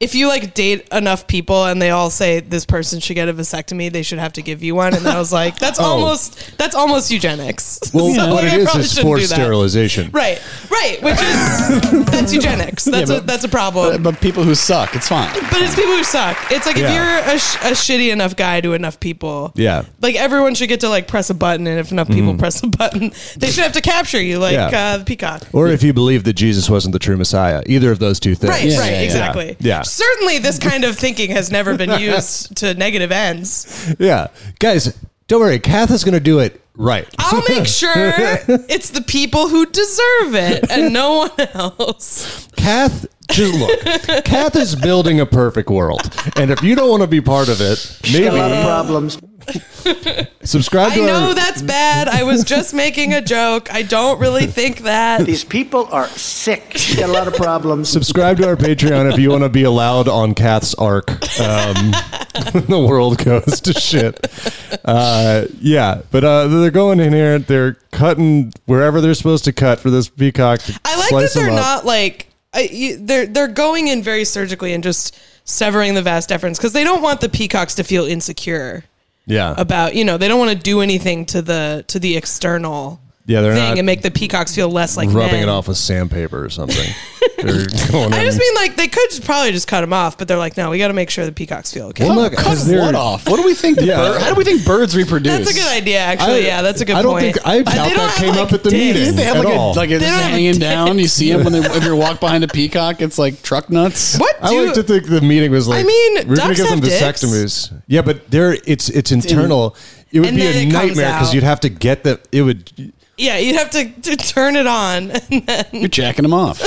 if you like date enough people and they all say this person should get a vasectomy, they should have to give you one. And then I was like, that's almost that's almost eugenics. Oh. Well, So, what like, I it is probably is shouldn't forced do that. sterilization. Right, right, which is that's eugenics. That's Yeah, a but- that's a problem. But, But people who suck, it's fine. it's people who suck. It's like Yeah. if you're a, sh- a shitty enough guy to enough people, Yeah. Mm-hmm. like everyone should get to like press a button, and if enough people press a button, they should have to capture you, like Yeah. uh, the peacock. Or if you believe that Jesus wasn't the true Messiah, either of those two things. Right, Yeah, right, yeah, yeah. exactly. Yeah. Certainly, this kind of thinking has never been used to negative ends. Yeah. Guys, don't worry. Kath is going to do it right. I'll make sure it's the people who deserve it and no one else. Kath, just look. Kath is building a perfect world, and if you don't want to be part of it, A lot maybe of problems. subscribe I to know our. that's bad. I was just making a joke. I don't really think that. These people are sick. Got a lot of problems. Subscribe to our Patreon if you want to be allowed on Kath's arc. Um, when the world goes to shit. Uh, yeah, but uh, they're going in here. They're cutting wherever they're supposed to cut for this peacock. to I like slice that they're them up. not like I, you, they're they're going in very surgically and just severing the vast deference because they don't want the peacocks to feel insecure Yeah. about you know they don't want to do anything to the to the external yeah, they're thing not and make the peacocks feel less like rubbing men. it off with sandpaper or something. they're going I in- just mean like they could just probably just cut them off, but they're like, no, we got to make sure the peacocks feel okay. Well, look, Cut is there- what off? What do we think? The Yeah. bird, how do we think birds reproduce? that's a good idea, actually. yeah, that's a good I don't point. think I But they doubt don't that have, came like, up at the dicks. meeting They have at like all. a, like it's They don't have hanging down. You dicks. see them when they if you walk behind a peacock, it's like truck nuts. What I do like to think the meeting was like. I mean, we're gonna ducks give them have dicks. vasectomies. Yeah, but there, it's it's internal. It would And be then a it comes nightmare because out. you'd have to get the. It would. yeah, you'd have to, to turn it on. And then, You're jacking them off.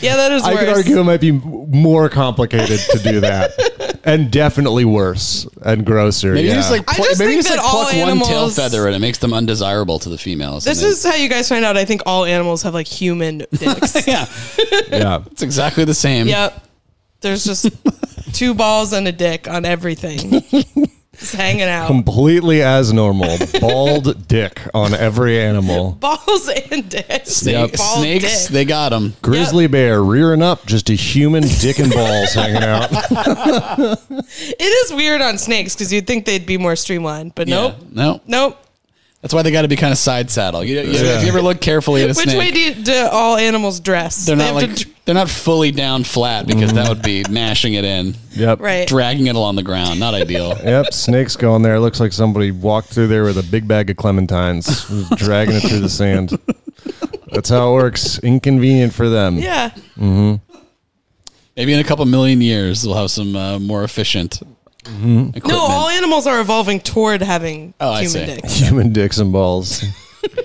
yeah, that is I could worse. argue it might be m- more complicated to do that, and definitely worse and grosser. Maybe yeah. just like I pl- just maybe think just like that all pluck one tail animals- feather and it makes them undesirable to the females. and this then- is how you guys find out. I think all animals have like human dicks. yeah, yeah. it's exactly the same. yep. There's just two balls and a dick on everything, just hanging out. completely as normal. Bald dick on every animal. Balls and dicks. Snake- Bald Snakes, dick. they got them. Grizzly bear rearing up, just a human dick and balls hanging out. It is weird on snakes because you'd think they'd be more streamlined, but nope, no, nope. That's why they got to be kind of side saddle. You, you- Yeah. If you ever look carefully at a Which snake, way do, you, do all animals dress? they're They not have like to dr- they're not fully down flat because Mm. that would be mashing it in, Yep. right. dragging it along the ground. Not ideal. Yep, snakes going there. Looks like somebody walked through there with a big bag of clementines, was dragging it through the sand. That's how it works. Inconvenient for them. Yeah. Maybe in a couple million years, we'll have some uh, more efficient. Equipment. No, all animals are evolving toward having Oh, I human see. dicks. Human dicks and balls.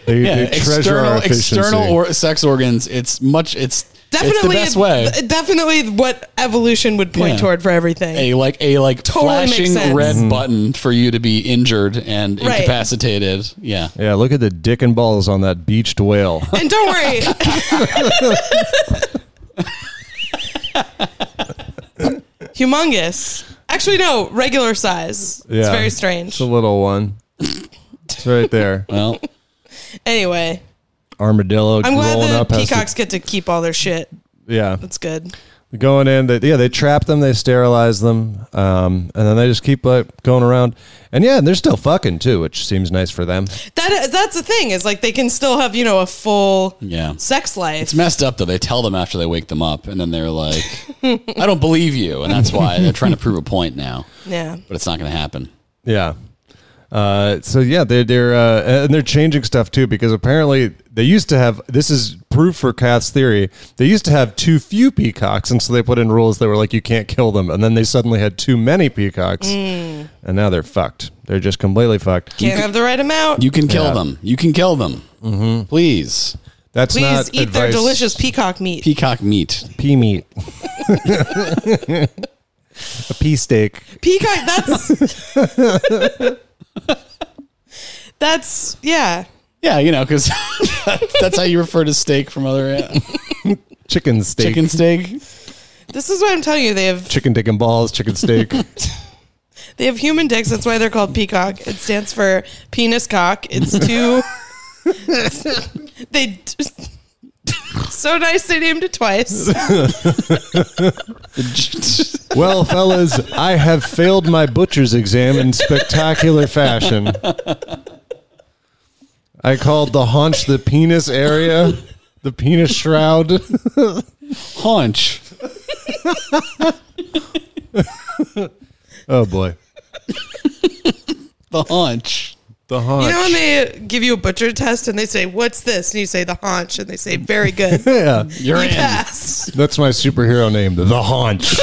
They, yeah, they treasure our external efficiency. external or sex organs. It's much. It's definitely it's Definitely, the best way. th- definitely what evolution would point Yeah. toward for everything. a like a like Totally makes flashing sense. red Mm-hmm. button for you to be injured and Right. incapacitated. Yeah. yeah, look at the dick and balls on that beached whale. And don't worry, humongous. Actually, no, regular size. It's Yeah. very strange. It's a little one. It's right there. Well, anyway, Armadillo I'm glad rolling the up. has to- peacocks get to keep all their shit. yeah. That's good. going in. That yeah, they trap them, they sterilize them, um, and then they just keep like going around. And yeah, they're still fucking too, which seems nice for them. That that's the thing is like they can still have you know a full Yeah. sex life. it's messed up though. They tell them after they wake them up, and then they're like, "I don't believe you," and that's why they're trying to prove a point now. yeah, But it's not going to happen. Yeah. Uh, so yeah, they're they're uh, and they're changing stuff too because apparently they used to have this is proof for Kath's theory. They used to have too few peacocks, and so they put in rules that were like you can't kill them, and then they suddenly had too many peacocks, Mm. and now they're fucked. They're just completely fucked. can't have the right amount. You can kill them. You can kill them. Mm-hmm. Please, That's Please not eat their advice. delicious peacock meat. peacock meat. pea meat, a pea steak. peacock. That's that's yeah. Yeah, you know, because that's how you refer to steak from other uh, chicken steak, chicken chicken, steak. This is what I'm telling you. They have dick and balls, chicken steak. they have human dicks. That's why they're called peacock. It stands for penis cock. It's two. they. So nice they named it twice. well, fellas, I have failed my butcher's exam in spectacular fashion. I called the haunch the penis area, the penis shroud. Haunch. Oh boy, The haunch. the haunch. You know when they give you a butcher test and they say, "What's this?" and you say the haunch, and they say, "Very good, you yeah, You're in. passed." that's my superhero name, the haunch.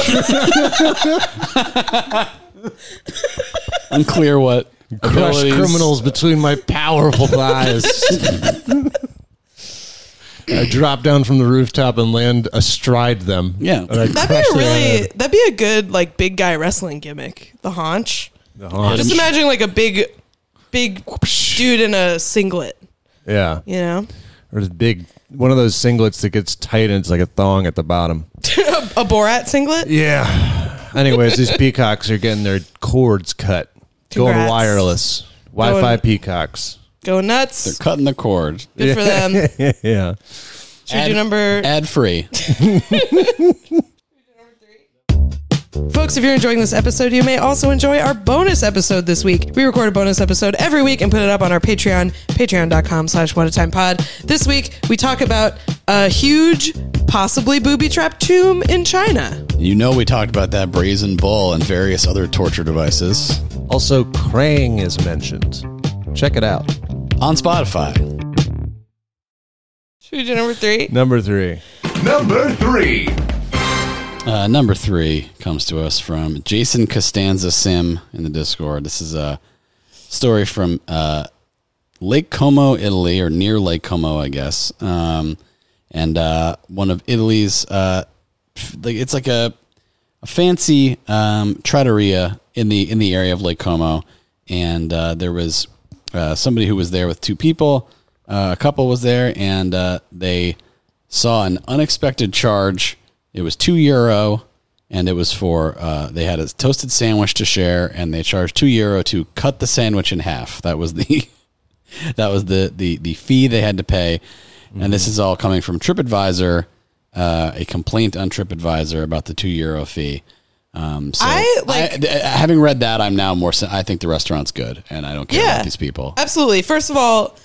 Unclear what. Crush abilities. criminals between my powerful thighs. I drop down from the rooftop and land astride them. Yeah. And I That'd crush be a their really head. that'd be a good like big guy wrestling gimmick. The haunch. The haunch. Just imagine like a big, big dude in a singlet. Yeah. You know, Or this big one of those singlets that gets tight and it's like a thong at the bottom. a, a Borat singlet. Yeah. Anyways, these peacocks are getting their cords cut. Going Congrats. wireless. Wi Fi Going- peacocks. Go nuts. Cutting the cord. Good for them. yeah. Should we do number Ad free. Folks, if you're enjoying this episode, you may also enjoy our bonus episode this week. We record a bonus episode every week and put it up on our Patreon, patreon.com slash one at time pod. This week, we talk about a huge, possibly booby-trapped tomb in China. You know, we talked about that brazen bull and various other torture devices Also, Krang is mentioned. Check it out. on Spotify. Should we do number three? Number three. Number three. Uh, number three comes to us from Jason Costanza Sim in the Discord. This is a story from uh, Lake Como, Italy, or near Lake Como, I guess. Um, and uh, one of Italy's, uh, f- like it's like a, a fancy um, trattoria in the in the area of Lake Como, and uh, there was uh, somebody who was there with two people. Uh, a couple was there, and uh, they saw an unexpected charge. It was two euro, and it was for uh, they had a toasted sandwich to share, and they charged two euro to cut the sandwich in half. That was the that was the the the fee they had to pay, and this is all coming from TripAdvisor, uh, a complaint on TripAdvisor about the two euro fee. Um, so I, like- th- uh, having read that, I'm now more. sen- I think the restaurant's good, and I don't care Yeah. about these people. Absolutely. First of all,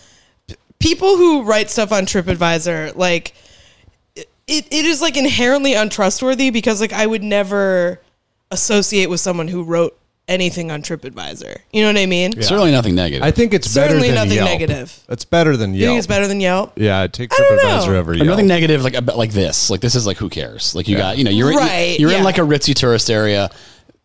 p- people who write stuff on TripAdvisor, like it, it is like inherently untrustworthy because like I would never associate with someone who wrote anything on TripAdvisor. You know what I mean? Certainly nothing negative. I think it's better Certainly than nothing Yelp. negative. It's better than Yelp. You think it's better than Yelp? Yeah, I take I don't TripAdvisor know. over But Yelp. nothing negative like about like this. Like this is like who cares? Like you got you know you're Right, you're in yeah. like a ritzy tourist area.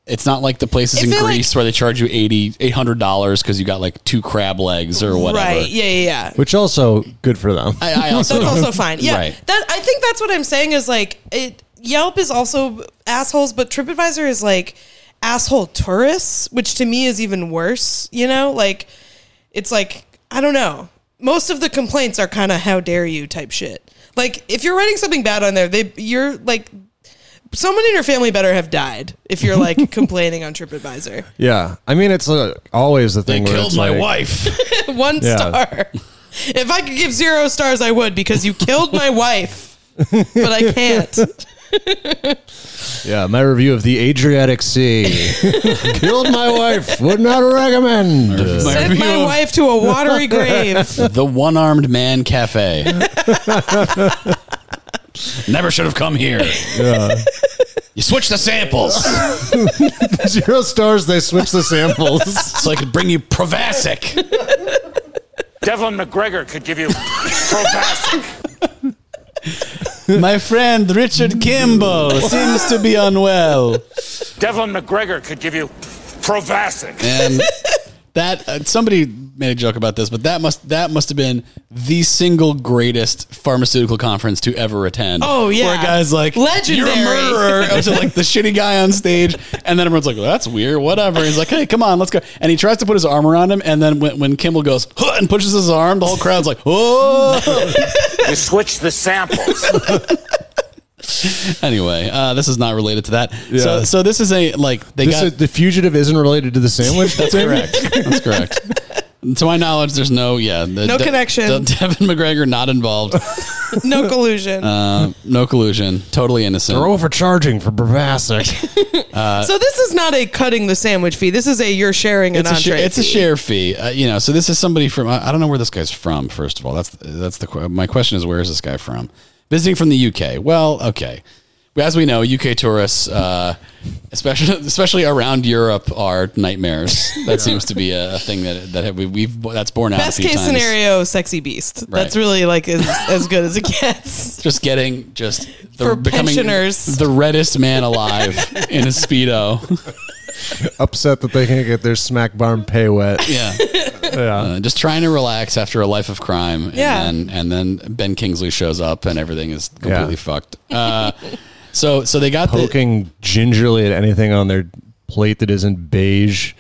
It's not like the places If in they're, like- Greece where they charge you eighty eight hundred dollars because you got like two crab legs or whatever. Right. Yeah, yeah, yeah. Which also good for them. I, I also That's also fine. Yeah. Right. That I think that's what I'm saying is like it Yelp is also assholes, but TripAdvisor is like asshole tourists, which to me is even worse, you know? Like it's like I don't know. Most of the complaints are kind of how dare you type shit. Like if you're writing something bad on there, they you're like someone in your family better have died if you're like complaining on TripAdvisor. yeah, I mean it's uh always the they thing. where killed it's my like- wife. One Yeah. star. If I could give zero stars, I would because you killed my wife. But I can't. Yeah, my review of the Adriatic Sea killed my wife. Would not recommend. My Send review my of wife to a watery grave. the one armed man cafe. Never should have come here. You switch the samples Zero stars. They switch the samples. so I could bring you Provasic. Devlin McGregor could give you My friend Richard Kimbo seems to be unwell. Devlin McGregor could give you Provasic. and that uh, somebody made a joke about this, but that must that must have been the single greatest pharmaceutical conference to ever attend. Oh, yeah. where a guys like Legendary. You're a murderer. It was like the shitty guy on stage, and then everyone's like, well, "That's weird." Whatever. He's like, "Hey, come on, let's go." And he tries to put his arm around him, and then when, when Kimball goes huh, and pushes his arm, the whole crowd's like, "Oh." You switch the samples. anyway, uh, this is not related to that. Yeah. So, so this is a like they This got is- the fugitive isn't related to the sandwich. That's correct. That's correct. To my knowledge, there's no yeah, the- No De- connection. De- Devin McGregor not involved. No collusion. Uh, no collusion. Totally innocent. They're overcharging for Bravasic. so this is not a cutting the sandwich fee. This is a you're sharing an it's a, entree. share, it's a fee. share fee, uh, you know. So this is somebody from I I don't know where this guy's from. First of all, that's that's the que- my question is where is this guy from? Visiting from the UK. Well, okay. As we know, UK tourists, uh, especially especially around Europe, are nightmares. That seems to be a, a thing that that we, we've that's borne out. Best a few case times. scenario, sexy beast. Right. That's really like as, as good as it gets. just getting just the, For becoming pensioners. the reddest man alive in a speedo. Upset that they can't get their smack barn pay wet. yeah, Yeah. Uh, just trying to relax after a life of crime. And Yeah. then, and then Ben Kingsley shows up and everything is completely Yeah. fucked. Uh, so so they got the, Poking gingerly at anything on their plate that isn't beige.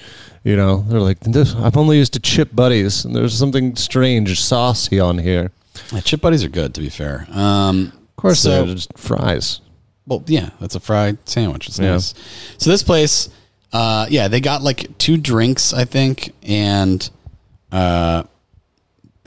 You know, they're like, this, I'm only used to chip buddies, and there's something strange, saucy on here. Yeah, chip buddies are good to be fair. Um, Of course, so- they're just fries. Well, yeah, that's a fried sandwich. It's Yeah. nice. So this place, uh, yeah, they got like two drinks, I think, and uh,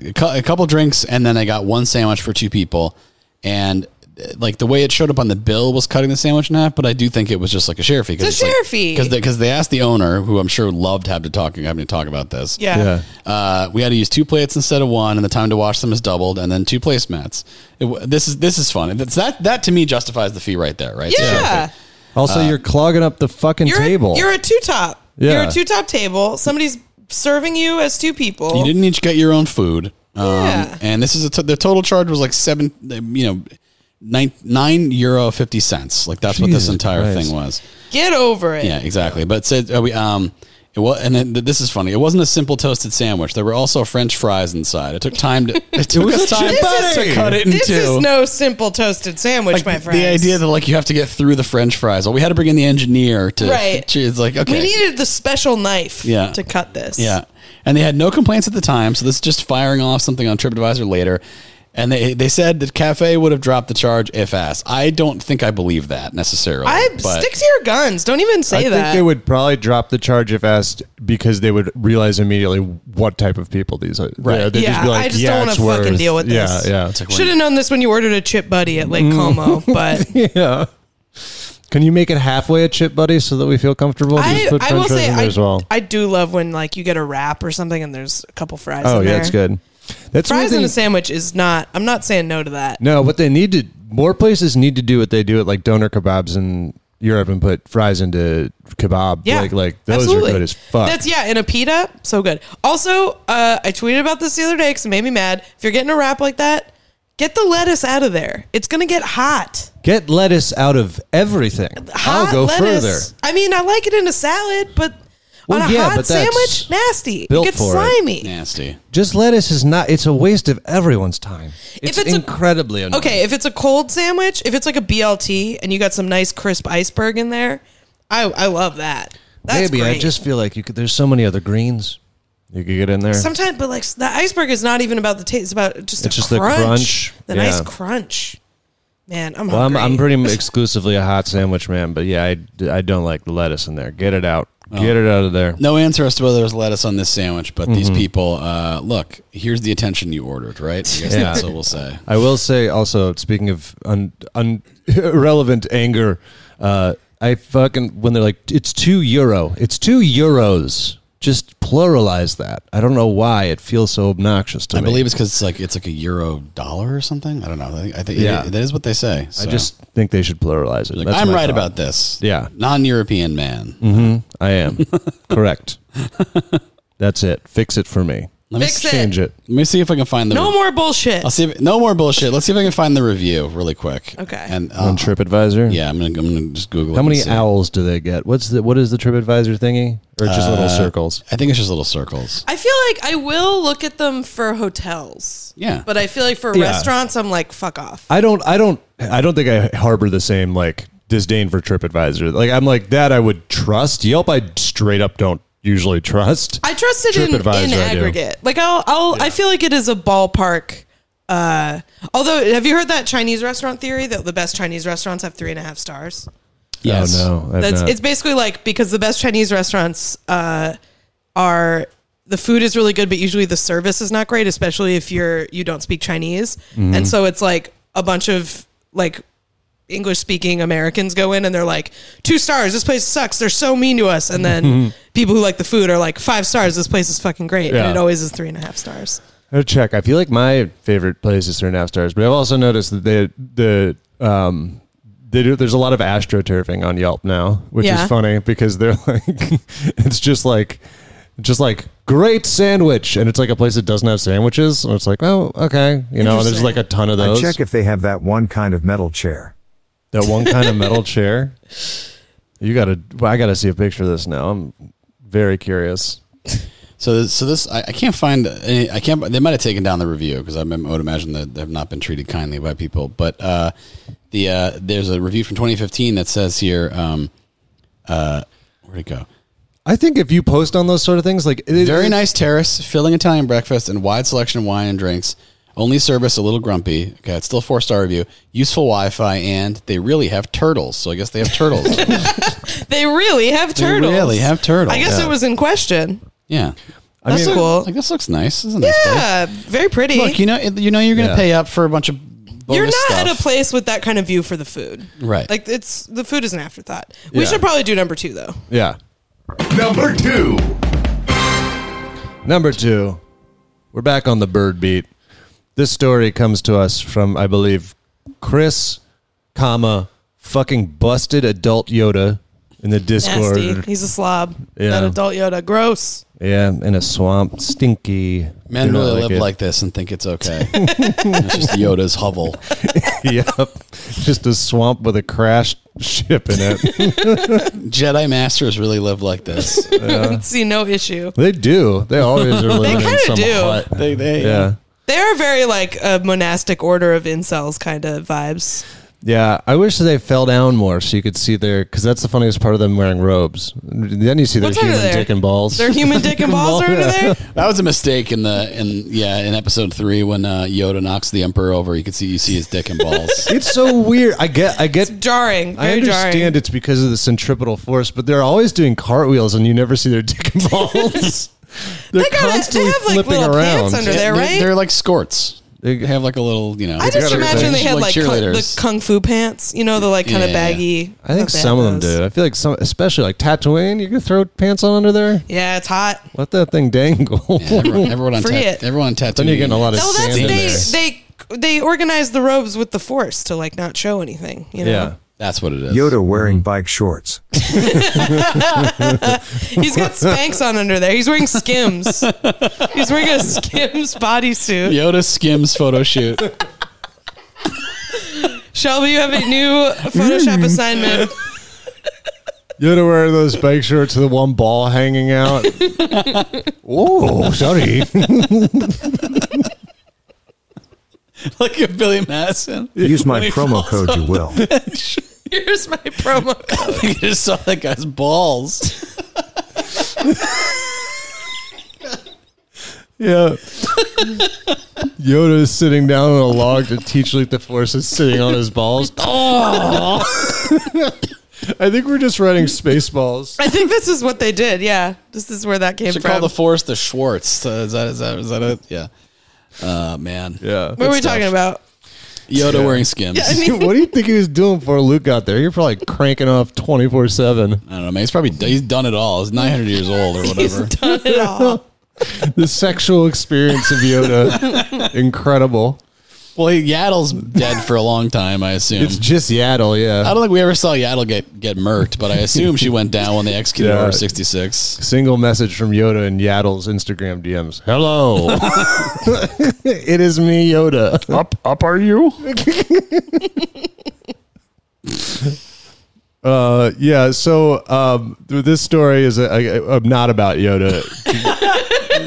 a, cou- a couple drinks, and then I got one sandwich for two people. And uh, like the way it showed up on the bill was cutting the sandwich in half, but I do think it was just like a share fee. It's a share fee. because they, 'cause they asked the owner, who I'm sure loved having to talk having to talk about this. Yeah. Yeah. Uh, we had to use two plates instead of one, and the time to wash them is doubled, and then two placemats. It, w- this is this is fun. That's, that that to me justifies the fee right there, right? It's a share Yeah. fee. Also, you're clogging up the fucking You're table. A, you're a two top. Yeah. You're a two top table. Somebody's serving you as two people. You didn't each get your own food. Um, Yeah. And this is a t- the total charge was like seven, you know, nine nine euro fifty cents. Like that's what this Jesus entire Christ. thing was. Get over it. Yeah, exactly. But it said uh, we um It was, and then th- this is funny. It wasn't a simple toasted sandwich. There were also French fries inside. It took time to. It took us time to cut it in This two. is no simple toasted sandwich, like, my friend. The idea that like you have to get through the French fries. Well, we had to bring in the engineer to. Right. It's like okay. we needed the special knife Yeah. to cut this. Yeah. And they had no complaints at the time, so this is just firing off something on TripAdvisor later. And they, they said that Cafe would have dropped the charge if asked. I don't think I believe that necessarily. I but stick to your guns. Don't even say I think that. they would probably drop the charge if asked because they would realize immediately what type of people these are. Right. Yeah, they'd yeah, be like, I just "Yeah, don't want it's to fucking worth- deal with yeah, this. Yeah, Should have known this when you ordered a chip buddy at Lake Como, but Mm-hmm. yeah. Can you make it halfway a chip, buddy, so that we feel comfortable? I, I will say I, as well. I do love when like you get a wrap or something and there's a couple fries. oh in yeah, there. it's good. That's one Fries thing- in a sandwich is not. I'm not saying no to that. No, what they need to more places need to do what they do at like doner kebabs in Europe and put fries into kebab. Yeah, like like those absolutely. are good as fuck. That's yeah, and a pita, so good. Also, uh, I tweeted about this the other day because it made me mad. If you're getting a wrap like that, get the lettuce out of there. It's gonna get hot. Get lettuce out of everything. Hot I'll go lettuce. I mean, I like it in a salad, but Well, on a yeah, hot but that's sandwich, nasty. It built gets for it. slimy. nasty. Just lettuce is not. It's a waste of everyone's time. It's, it's a- incredibly annoying. Okay, if it's a cold sandwich, if it's like a BLT and you got some nice crisp iceberg in there, I I love that. That's Maybe great. I just feel like you could. There's so many other greens you could get in there. sometimes, but like the iceberg is not even about the taste; it's about just It's a just the crunch, crunch, the nice yeah. crunch. Man, I'm well, I'm, hungry. I'm pretty exclusively a hot sandwich man, but yeah, I, I don't like the lettuce in there. Get it out. Get Oh. it out of there. No answer as to whether there's lettuce on this sandwich, but Mm-hmm. these people, uh, look, here's the attention you ordered, right? I guess that's what we'll say. I will say also, speaking of un, un, irrelevant anger, uh, I fucking, when they're like, it's two euro, it's two euros. Just pluralize that. I don't know why it feels so obnoxious to I me. believe it's because it's like it's like a euro dollar or something. I don't know. I think, I think Yeah. that is what they say. I so. just think they should pluralize it. Like, That's I'm my right thought. about this. Yeah. Mm. non-European man. I am. Correct. That's it. Fix it for me. Let me Fix see, it. Change it. Let me see if I can find the no more bullshit. I'll see. If, no more bullshit. Let's see if I can find the review really quick. Okay. And uh, On TripAdvisor? yeah, I'm gonna, I'm gonna just Google. How it and many see. owls do they get? What's the what is the TripAdvisor thingy? Or just Uh, little circles? I think it's just little circles. I feel like I will look at them for hotels. Yeah. but I feel like for Yeah. restaurants, I'm like fuck off. I don't I don't I don't think I harbor the same like disdain for TripAdvisor. Like I'm like that I would trust. Yelp I straight up don't usually trust. I trust it in, TripAdvisor, in I do. aggregate. Like I'll, I'll I feel like it is a ballpark. Uh, although, have you heard that Chinese restaurant theory that the best Chinese restaurants have three and a half stars? Yes. Oh no. I've That's not. it's basically like because the best Chinese restaurants uh, are the food is really good, but usually the service is not great, especially if you're you don't speak Chinese, Mm-hmm. and so it's like a bunch of like English speaking Americans go in and they're like two stars, this place sucks, they're so mean to us, and Mm-hmm. then people who like the food are like five stars, this place is fucking great, and Yeah. it always is three and a half stars. I'll check. I feel like my favorite place is three and a half stars, but I've also noticed that they the um they do there's a lot of astroturfing on Yelp now, which Yeah. is funny because they're like it's just like just like great sandwich and it's like a place that doesn't have sandwiches and it's like oh okay you know and there's Interesting. like a ton of those check if they have that one kind of metal chair. that one kind of metal chair you gotta well, i gotta see a picture of this now i'm very curious So this, so this I, I can't find. Any, I can't. They might have taken down the review because I, mem- I would imagine that they've not been treated kindly by people. But uh, the uh, there's a review from 2015 that says here. Um, uh, where'd it go? i think if you post on those sort of things like it- Very it- nice terrace, filling Italian breakfast, and wide selection of wine and drinks. Only service a little grumpy. Okay, it's still a four star review. Useful Wi Fi, and they really have turtles. So I guess they have turtles. They really have They turtles. really have turtles. I guess Yeah. it was in question. yeah. I That's mean, cool. Like this looks nice. This is a nice place. yeah, very pretty. Look, you know, you know, you're gonna Yeah. pay up for a bunch of. Bonus You're not stuff. at a place with that kind of view for the food. Right. Like it's the food is an afterthought. We Yeah. should probably do number two though. yeah Number two. Number two, we're back on the bird beat. This story comes to us from, I believe, Chris, comma, fucking busted adult Yoda in the Discord. Nasty. He's a slob. Yeah. That adult Yoda. Gross. Yeah, in a swamp, stinky. Men Do not really live it. like this and think it's okay. it's just Yoda's hovel. yep, just a swamp with a crashed ship in it. Jedi masters really live like this. See, no issue. they do. They always are living in kinda some do. hut. they, they, Yeah. They are very like a monastic order of incels kind of vibes. Yeah, I wish they fell down more so you could see their. Because that's the funniest part of them wearing robes. Then you see their What's under human there? dick and balls. Their human dick and balls are under there. That was a mistake in the in yeah in episode three when uh, Yoda knocks the Emperor over. You could see you see his dick and balls. it's so weird. I get. I get. Jarring. Very I understand jarring. it's because of the centripetal force, but they're always doing cartwheels, and you never see their dick and balls. they're They gotta- they have, like, little pants under there. They're right? They're like skorts. They have like a little you know. I just gotta imagine they be- had like cu- the cheerleaders. kung fu pants, you know, the like kind Yeah, of yeah, baggy. I think thought they some had of them those. do. I feel like some, especially like Tatooine, you can throw pants on under there. Yeah, it's hot. Let that thing dangle. everyone, everyone on Free it. tat- everyone on tattoo. then you're getting a lot of No, that's sand in there. they they they organize the robes with the force to like not show anything. You know, yeah. That's what it is. Yoda wearing bike shorts. he's got Spanx on under there. He's wearing Skims. he's wearing a Skims bodysuit. Yoda skims photo shoot. Shelby, you have a new Mm. Photoshop assignment. Yoda wearing those bike shorts with the one ball hanging out. oh, sorry. like a Billy Madison. Use my When he promo falls code, you will. Here's my promo code. You just saw that guy's balls. yeah. Yoda is sitting down on a log to teach like the force is sitting on his balls. Oh. I think we're just writing space balls. I think this is what they did. Yeah, this is where that came Should from. call the force the Schwartz. Uh, is that is that is that it? Yeah. Uh man. Yeah. what were we talking about? Yoda wearing skims. I mean, what do you think he was doing before Luke got there? You're probably cranking off 24 7. I don't know, man. He's probably he's done it all. He's 900 years old or he's whatever. done it all. The sexual experience of Yoda, incredible. well, he, Yaddle's dead for a long time, I assume. It's just Yaddle, I yeah. don't think we ever saw Yaddle get get murked, but I assume she went down when they executed Yeah. her 66. Single message from Yoda in Yaddle's Instagram DMs. Hello. it is me, Yoda. Up, up are you? uh, yeah, so um, th- this story is a, a, a- not about Yoda.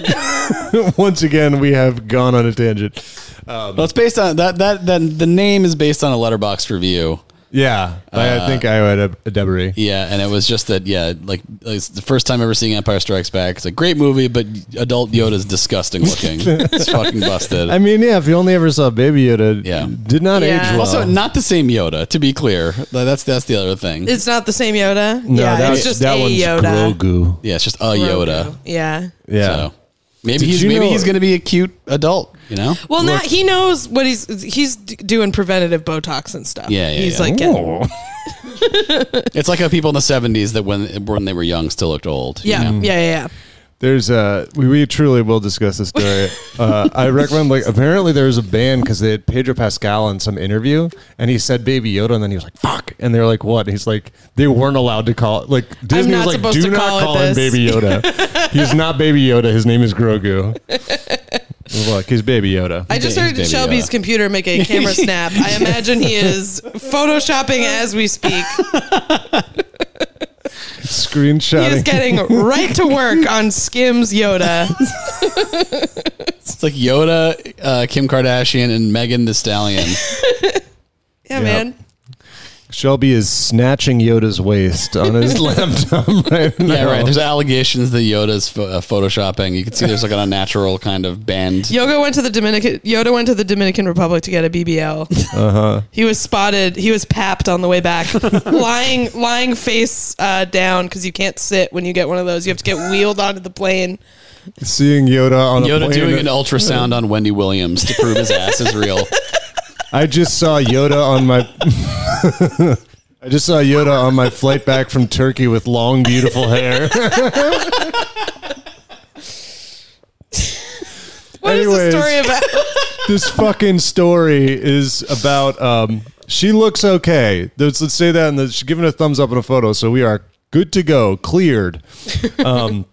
Once again, we have gone on a tangent. Well, it's based on that that then the name is based on a letterbox review. Yeah, I, I Uh, think I had a, a debris. Yeah, and it was just that. Yeah, like it's the first time ever seeing Empire Strikes Back. It's a great movie, but adult Yoda's disgusting looking. it's fucking busted. I mean, yeah, if you only ever saw Baby Yoda, Yeah. did not Yeah. age well. also, not the same Yoda. To be clear, Th- that's that's the other thing. It's not the same Yoda. no, yeah, that, it's just that a one's Yoda. Grogu. yeah, it's just a Yoda. Yeah. Yeah. So maybe he's you maybe know- he's gonna be a cute adult. You know. Well, now he knows what he's he's d- doing preventative Botox and stuff. Yeah, yeah, he's yeah. like, getting, It's like how people in the '70s that when when they were young still looked old. you yeah, know? yeah, yeah, yeah. There's a we, we truly will discuss this story. Uh, I recommend like apparently there was a band because they had Pedro Pascal in some interview and he said Baby Yoda and then he was like fuck and they're like what and he's like they weren't allowed to call it like Disney not was like supposed do to not call call, it him this." Baby Yoda. he's not Baby Yoda. His name is Grogu. Look, he's Baby Yoda. I just Yeah, heard he's Baby Shelby's Yoda. computer make a camera snap. I imagine he is photoshopping as we speak. He is Screenshotting. getting right to work on Skims Yoda. It's like Yoda, uh, Kim Kardashian, and Megan the Stallion. Yeah, man. Shelby is snatching Yoda's waist on his laptop right now. Yeah, right. There's allegations that Yoda's pho- uh, photoshopping. You can see there's like an unnatural kind of band. Yoga went to the Dominican. Yoda went to the Dominican Republic to get a BBL. He was spotted. He was papped on the way back, lying, lying face uh, down because you can't sit when you get one of those. You have to get wheeled onto the plane. Seeing Yoda on a Yoda plane. doing an ultrasound on Wendy Williams to prove his ass is real. I just saw Yoda on my. I just saw Yoda on my flight back from Turkey with long, beautiful hair. What is Anyways. the story about? this fucking story is about. Um, she looks okay. Let's, let's say that, and the, she's giving a thumbs up in a photo, so we are good to go, cleared. Um,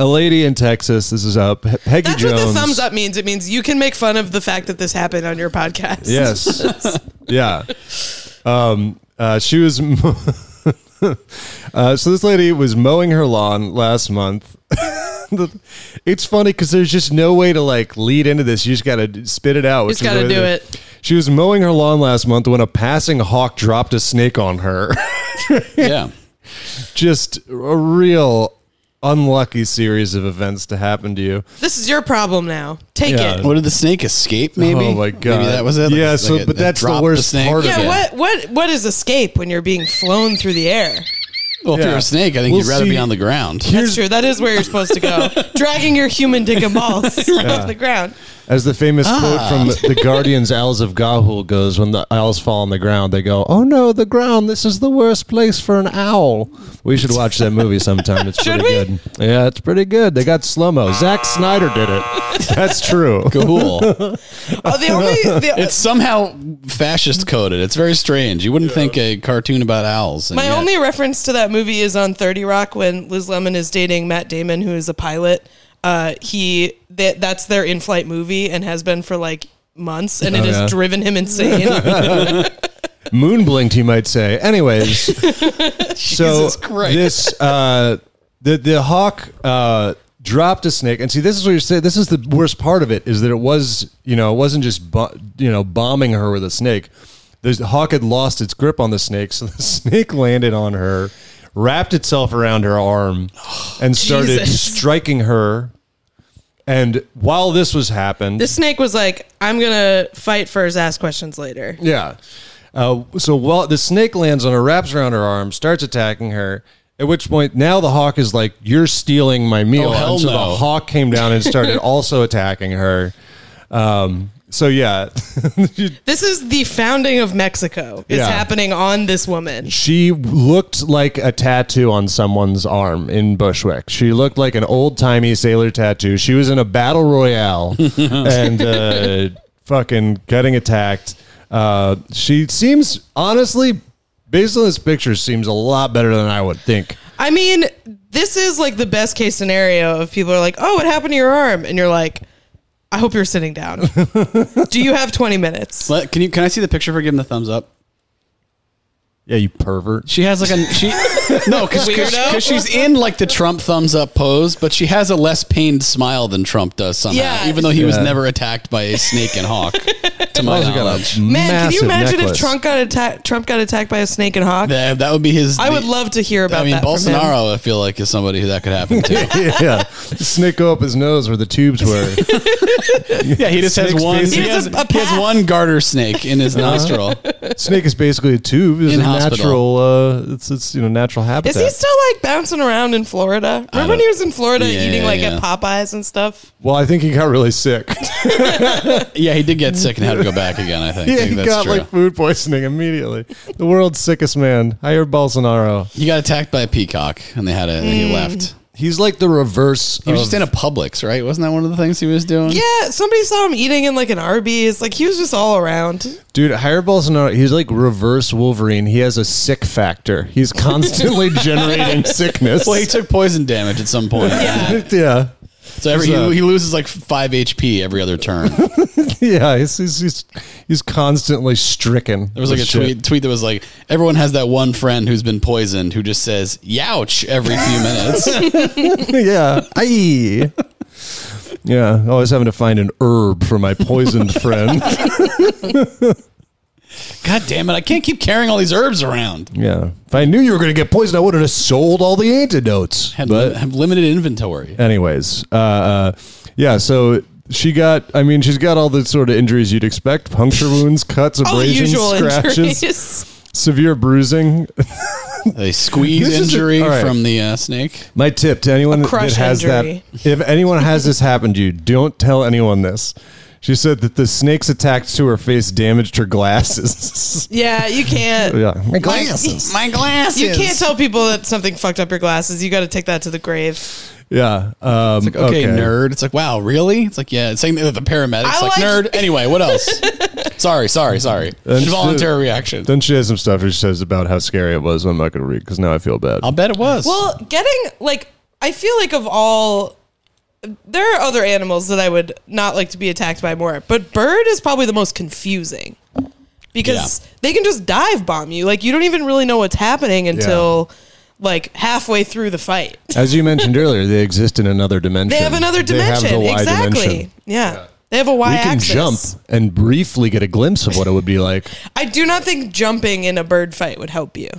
a lady in Texas. This is uh, Pe- Peggy That's Jones. what the thumbs up means. It means you can make fun of the fact that this happened on your podcast. Yes. yeah. Um, Uh, she was. mo- uh, so this lady was mowing her lawn last month. The- it's funny because there's just no way to like lead into this. You just got to spit it out. Just which is gotta the way do they- it. She was mowing her lawn last month when a passing hawk dropped a snake on her. Yeah. just a real unlucky series of events to happen to you. This is your problem now. Take Yeah. it. What did the snake escape? Maybe. Oh, my God. Maybe that was it. Yeah, so- it- but it that's the dropped worst part of Yeah, it. What what what is escape when you're being flown through the air? Well, if Yeah. you're a snake, I think We'll you'd rather see. be on the ground. That's true. That is where you're supposed to go. Dragging your human dick and balls on the ground. As the famous Ah. quote from the Guardian's Owls of Gahul goes, when the owls fall on the ground, they go, "Oh no, the ground! This is the worst place for an owl." We should watch that movie sometime. It's Should pretty we? good. Yeah, it's pretty good. They got slow mo. Zack Snyder did it. That's true. Cool. Oh, the only the, it's somehow fascist coded. It's very strange. You wouldn't think a cartoon about owls. and My yet- only reference to that movie is on Thirty Rock when Liz Lemon is dating Matt Damon, who is a pilot. Uh, he that that's their in-flight movie and has been for like months, and it has Oh, yeah. driven him insane. Moon blinked, he might say. Anyways, so Jesus Christ. this uh, the the hawk uh, dropped a snake, and see, this is what you're saying. This is the worst part of it is that it was you know it wasn't just bo- you know bombing her with a snake. The hawk had lost its grip on the snake, so the snake landed on her, wrapped itself around her arm, and started Jesus. striking her. And while this was happened, the snake was like, "I'm gonna fight for his ass questions later." Yeah. Uh, so while the snake lands on her, wraps around her arm, starts attacking her. At which point, now the hawk is like, "You're stealing my meal." Oh, hell and so no. the hawk came down and started also attacking her. Um, so yeah, This is the founding of Mexico. It's Yeah. happening on this woman. she looked like a tattoo on someone's arm in Bushwick. She looked like an old timey sailor tattoo. She was in a battle royale and uh, fucking getting attacked. Uh, she seems honestly, based on this picture, seems a lot better than I would think. I mean, this is like the best case scenario of people are like, "Oh, what happened to your arm?" and you're like, "I hope you're sitting down." Do you have 20 minutes? Let- can you? Can I see the picture for giving the thumbs up? Yeah, you pervert. She has like a she. no, Weirdo. because she's in like the Trump thumbs up pose, but she has a less pained smile than Trump does somehow. Yeah. Even though he was Yeah. never attacked by a snake and hawk, to my Also got a knowledge. Man, can massive you imagine necklace. if Trump got attacked? Trump got attacked by a snake and hawk. That, that would be his. I would love to hear about I mean, that. from him. Bolsonaro. I feel like is somebody who that could happen to. yeah, snake go up his nose where the tubes were. yeah, he just has Snake's one- Uh-huh. He has, basically- He has a- a he has path. one garter snake in his nostril. snake is basically a tube. It's In a hospital. natural. Uh, it's it's you know natural habitat. Is he still like bouncing around in Florida? Remember when he was in Florida Yeah, eating yeah, like yeah. at Popeyes and stuff? well, I think he got really sick. Yeah, he did get sick and had to go back again. I think. I Yeah, think he that's got true. like food poisoning immediately. The world's sickest man. Hire Bolsonaro. he got attacked by a peacock, and they had a. And Mm. he left. He's like the reverse. He was just in a Publix, right? Wasn't that one of the things he was doing? Yeah, somebody saw him eating in like an Arby's. Like he was just all around. dude. Hire Bolsonaro. He's like reverse Wolverine. He has a sick factor. He's constantly generating sickness. Well, he took poison damage at some point. yeah, So every, he, he loses like five HP every other turn. There yeah. He's he's he's, he's constantly stricken. There was like a tweet, tweet that was like, everyone has that one friend who's been poisoned who just says "youch" every few minutes. yeah, aye. Yeah, always having to find an herb for my poisoned friend. God damn it! I can't keep carrying all these herbs around. Yeah, if I knew you were going to get poisoned, I wouldn't have sold all the antidotes. Had But- li- have limited inventory. anyways uh, uh yeah so she got i mean she's got all the sort of injuries you'd expect puncture wounds cuts All the abrasions usual scratches injuries. severe bruising A squeeze This is a- injury all right. from the uh, snake. my tip to anyone A that crush has injury. that if anyone has this happen to you don't tell anyone this she said that the snake's attack to her face damaged her glasses Yeah, you can't. yeah my My glasses. You can't tell people that something fucked up your glasses. You got to take that to the grave. yeah um Okay, nerd. It's like, wow, really? It's like, yeah, it's same thing with the paramedics. I like- like, nerd. Anyway, what else? sorry, sorry, sorry. That's Involuntary the- reaction. then she has some stuff where she says about how scary it was i'm not gonna read because now i feel bad I'll bet it was. Well, getting like I feel like of all there are other animals that I would not like to be attacked by more, but bird is probably the most confusing because they can just dive bomb you. Like you don't even really know what's happening until like halfway through the fight. As you mentioned earlier, they exist in another dimension. They have another They have dimension. the Y exactly. dimension. Yeah. They have a Y we can axis. jump and briefly get a glimpse of what it would be like. I do not think jumping in a bird fight would help you.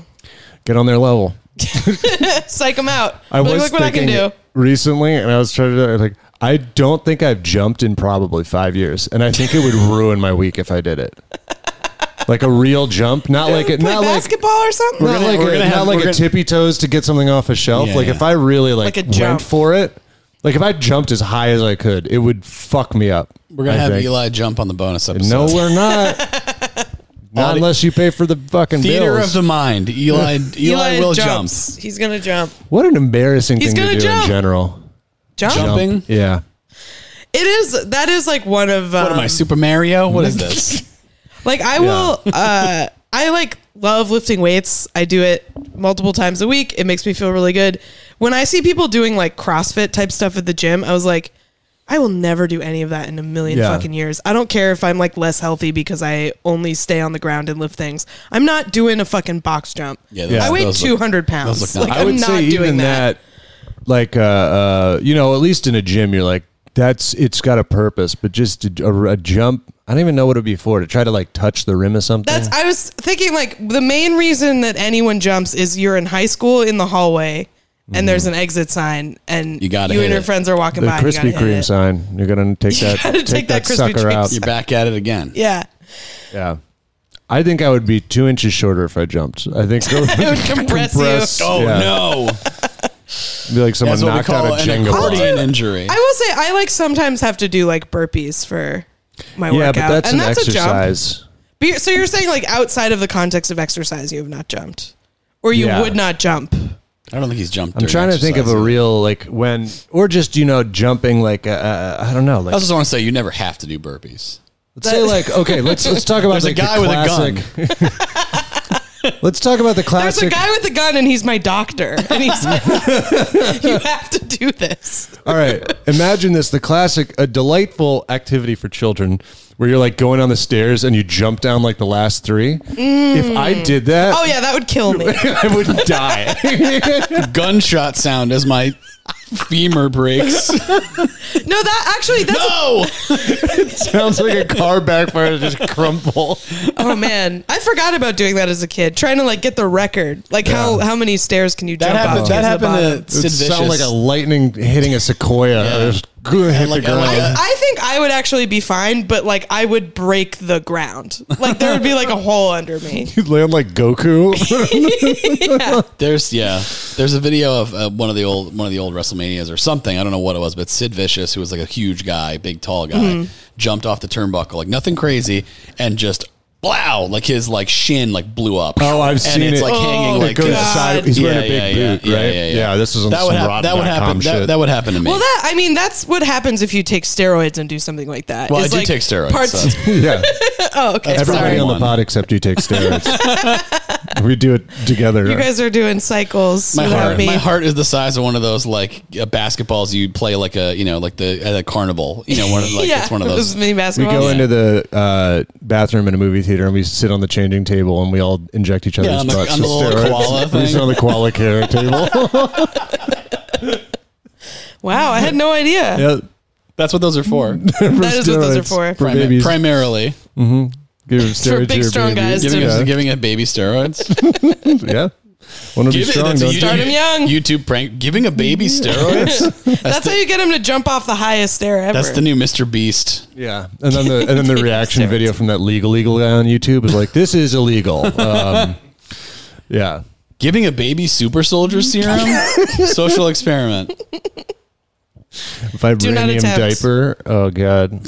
Get on their level. Psych them out. I Be like, was look what I can thinking do. recently, and I was trying to I was like. I don't think I've jumped in probably five years, and I think it would ruin my week if I did it. Like a real jump, not like it, Play not like basketball or something. not like we're a, gonna have- not like we're a gonna- tippy toes to get something off a shelf. Yeah, like yeah. if I really like, Like a jump. went for it, like if I jumped as high as I could, it would fuck me up. We're gonna I have think. Eli jump on the bonus episode. No, we're not. not Audi- unless you pay for the fucking theater bills. of the mind. Eli, Eli, will jump. jumps. He's gonna jump. what an embarrassing He's thing to gonna do jump. in general. Jump. Jump. Jumping? Yeah. It is. That is like one of. Um, What am I, Super Mario? What is this? Like I will. uh I like love lifting weights. I do it multiple times a week. It makes me feel really good. When I see people doing like CrossFit type stuff at the gym, I was like, I will never do any of that in a million Yeah. fucking years. I don't care if I'm like less healthy because I only stay on the ground and lift things. I'm not doing a fucking box jump. Yeah, those- I weigh those look- 200 pounds. those look like nice. I'm not doing that. like uh, uh, you know, at least in a gym, you're like that's it's got a purpose, but just a, a jump. I don't even know what it'd be for to try to like touch the rim of something. That's I was thinking like the main reason that anyone jumps is you're in high school in the hallway Mm-hmm. and there's an exit sign and You gotta you and hit your it. friends are walking the by. and you gotta Krispy hit Kreme it. sign. You're gonna take You that gotta take, take that, that Krispy sucker Kreme out. You're back at it again. Yeah, Yeah. I think I would be two inches shorter if I jumped. I think it would, it would compress, Compress. you. Oh Yeah. no! It'd be like someone That's what we knocked out call a an Jenga block. accordion injury. I will say I like sometimes have to do like burpees for my Yeah, workout, but that's and an that's a jump. exercise. But you're- So you're saying like outside of the context of exercise, you have not jumped, or you Yeah. would not jump. I don't think he's jumped. I'm during trying to think of a exercise. real like when, or just you know jumping like uh, uh, I don't know. I Oh, Like just want to say you never have to do burpees. let's say like okay, let's let's talk about There's like a guy the with a classic. gun. let's talk about the There's classic. a guy with a gun and he's my doctor, and he's like, "You have to do this." All right, imagine this: the classic, a delightful activity for children, where you're like going on the stairs and you jump down like the last three. If I did that, Mm. Oh yeah, that would kill me. I would die. Gunshot sound as my femur breaks. No, that actually that's no, Sounds like a car backfire just crumple. oh man. I forgot about doing that as a kid. Trying to like get the record. Like how how many stairs can you that jump happened. up? That happened to It Sid would sound like Vicious. a lightning hitting a sequoia. Yeah. Just good hit like- the ground. I like- I think I would actually be fine, but like I would break the ground. Like there would be like a hole under me. You'd land like Goku. There's yeah. There's a video of uh, one of the old one of the old WrestleManias or something. I don't know what it was, but Sid Vicious, who was like a huge guy, big tall guy, Mm-hmm. jumped off the turnbuckle like nothing crazy, and just blow like his like shin like blew up. Oh, I've and seen it's it. like hanging Oh, like goes this. side- he's wearing a big boot, right? Yeah, Yeah, this is on that would some hap- that would rotten.com happen. That, shit. that would happen to me. Well that I mean that's what happens if you take steroids and do something like that. Well, I It's do like take steroids, Parts, so- yeah. Oh, okay. Everybody Sorry. on the One. pod except you take steroids. we do it together. You guys are doing cycles my without heart, me. my heart is the size of one of those like uh, basketballs you play like a you know like the at a carnival. You know, one of, like yeah, it's one of those. mini we basketballs. go into the uh, bathroom in a movie theater and we sit on the changing table and we all inject each other's on the- butts on the with little steroids. koala We sit thing. on the koala care table. Wow, I had no idea. yeah, That's what those are for. That is what those are steroids. for. For Prima- babies. primarily. Give them For steroids to big your strong baby. guys. giving to- a, giving a baby steroids. Yeah. Want to be Give it- strong, that's a don't YouTube- you? Start 'em young. YouTube prank. Giving a baby steroids. That's, That's the, how you get him to jump off the highest stair ever. that's the new Mr. Beast. Yeah, and then the and then the reaction steroids. video from that legal legal guy on YouTube is like, "This is illegal." Um, yeah, Giving a baby super soldier serum. Social experiment. not vibranium attempt. diaper. Oh god,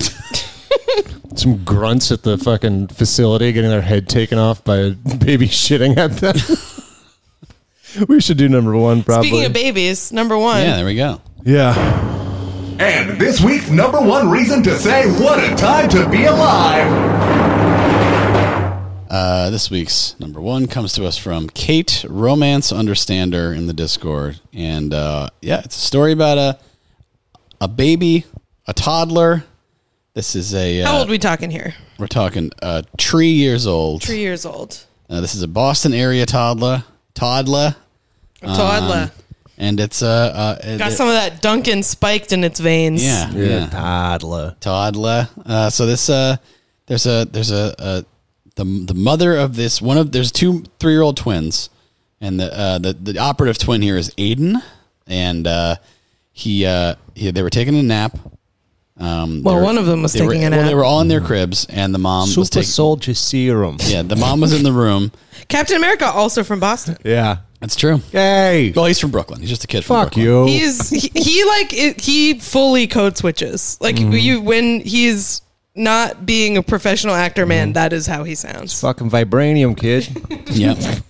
some grunts at the fucking facility getting their head taken off by a baby shitting at them. we should do number one, probably. Speaking of babies, number one. Yeah, there we go. yeah, And this week's number one reason to say what a time to be alive. Uh, this week's number one comes to us from Kate, romance understander in the Discord, and uh, yeah, it's a story about a a baby, a toddler, This is a. Uh, How old we talking here? We're talking uh, three years old. Three years old. Uh, this is a Boston area toddler. Toddler. Toddler. Um, and it's uh, uh Got it- some of that Duncan spiked in its veins. yeah, yeah. Toddler. toddler. Uh, so this uh, there's a there's a, a the the mother of this one of there's two three year old twins, and the uh, the the operative twin here is Aiden, and uh, he uh he, they were taking a nap. Um, Well, they were- one of them was they were- taking a Well, they nap. were all in their cribs, and the mom was Super taking. soldier serum. Yeah, the mom was in the room. Captain America also from Boston. Yeah. That's true. Yay. Well, he's from Brooklyn. He's just a kid. From Fuck Brooklyn. you. He's he, he like it, he fully code switches. Like you when he's not being a professional actor man, that is how he sounds. Fucking vibranium, kid. Yep.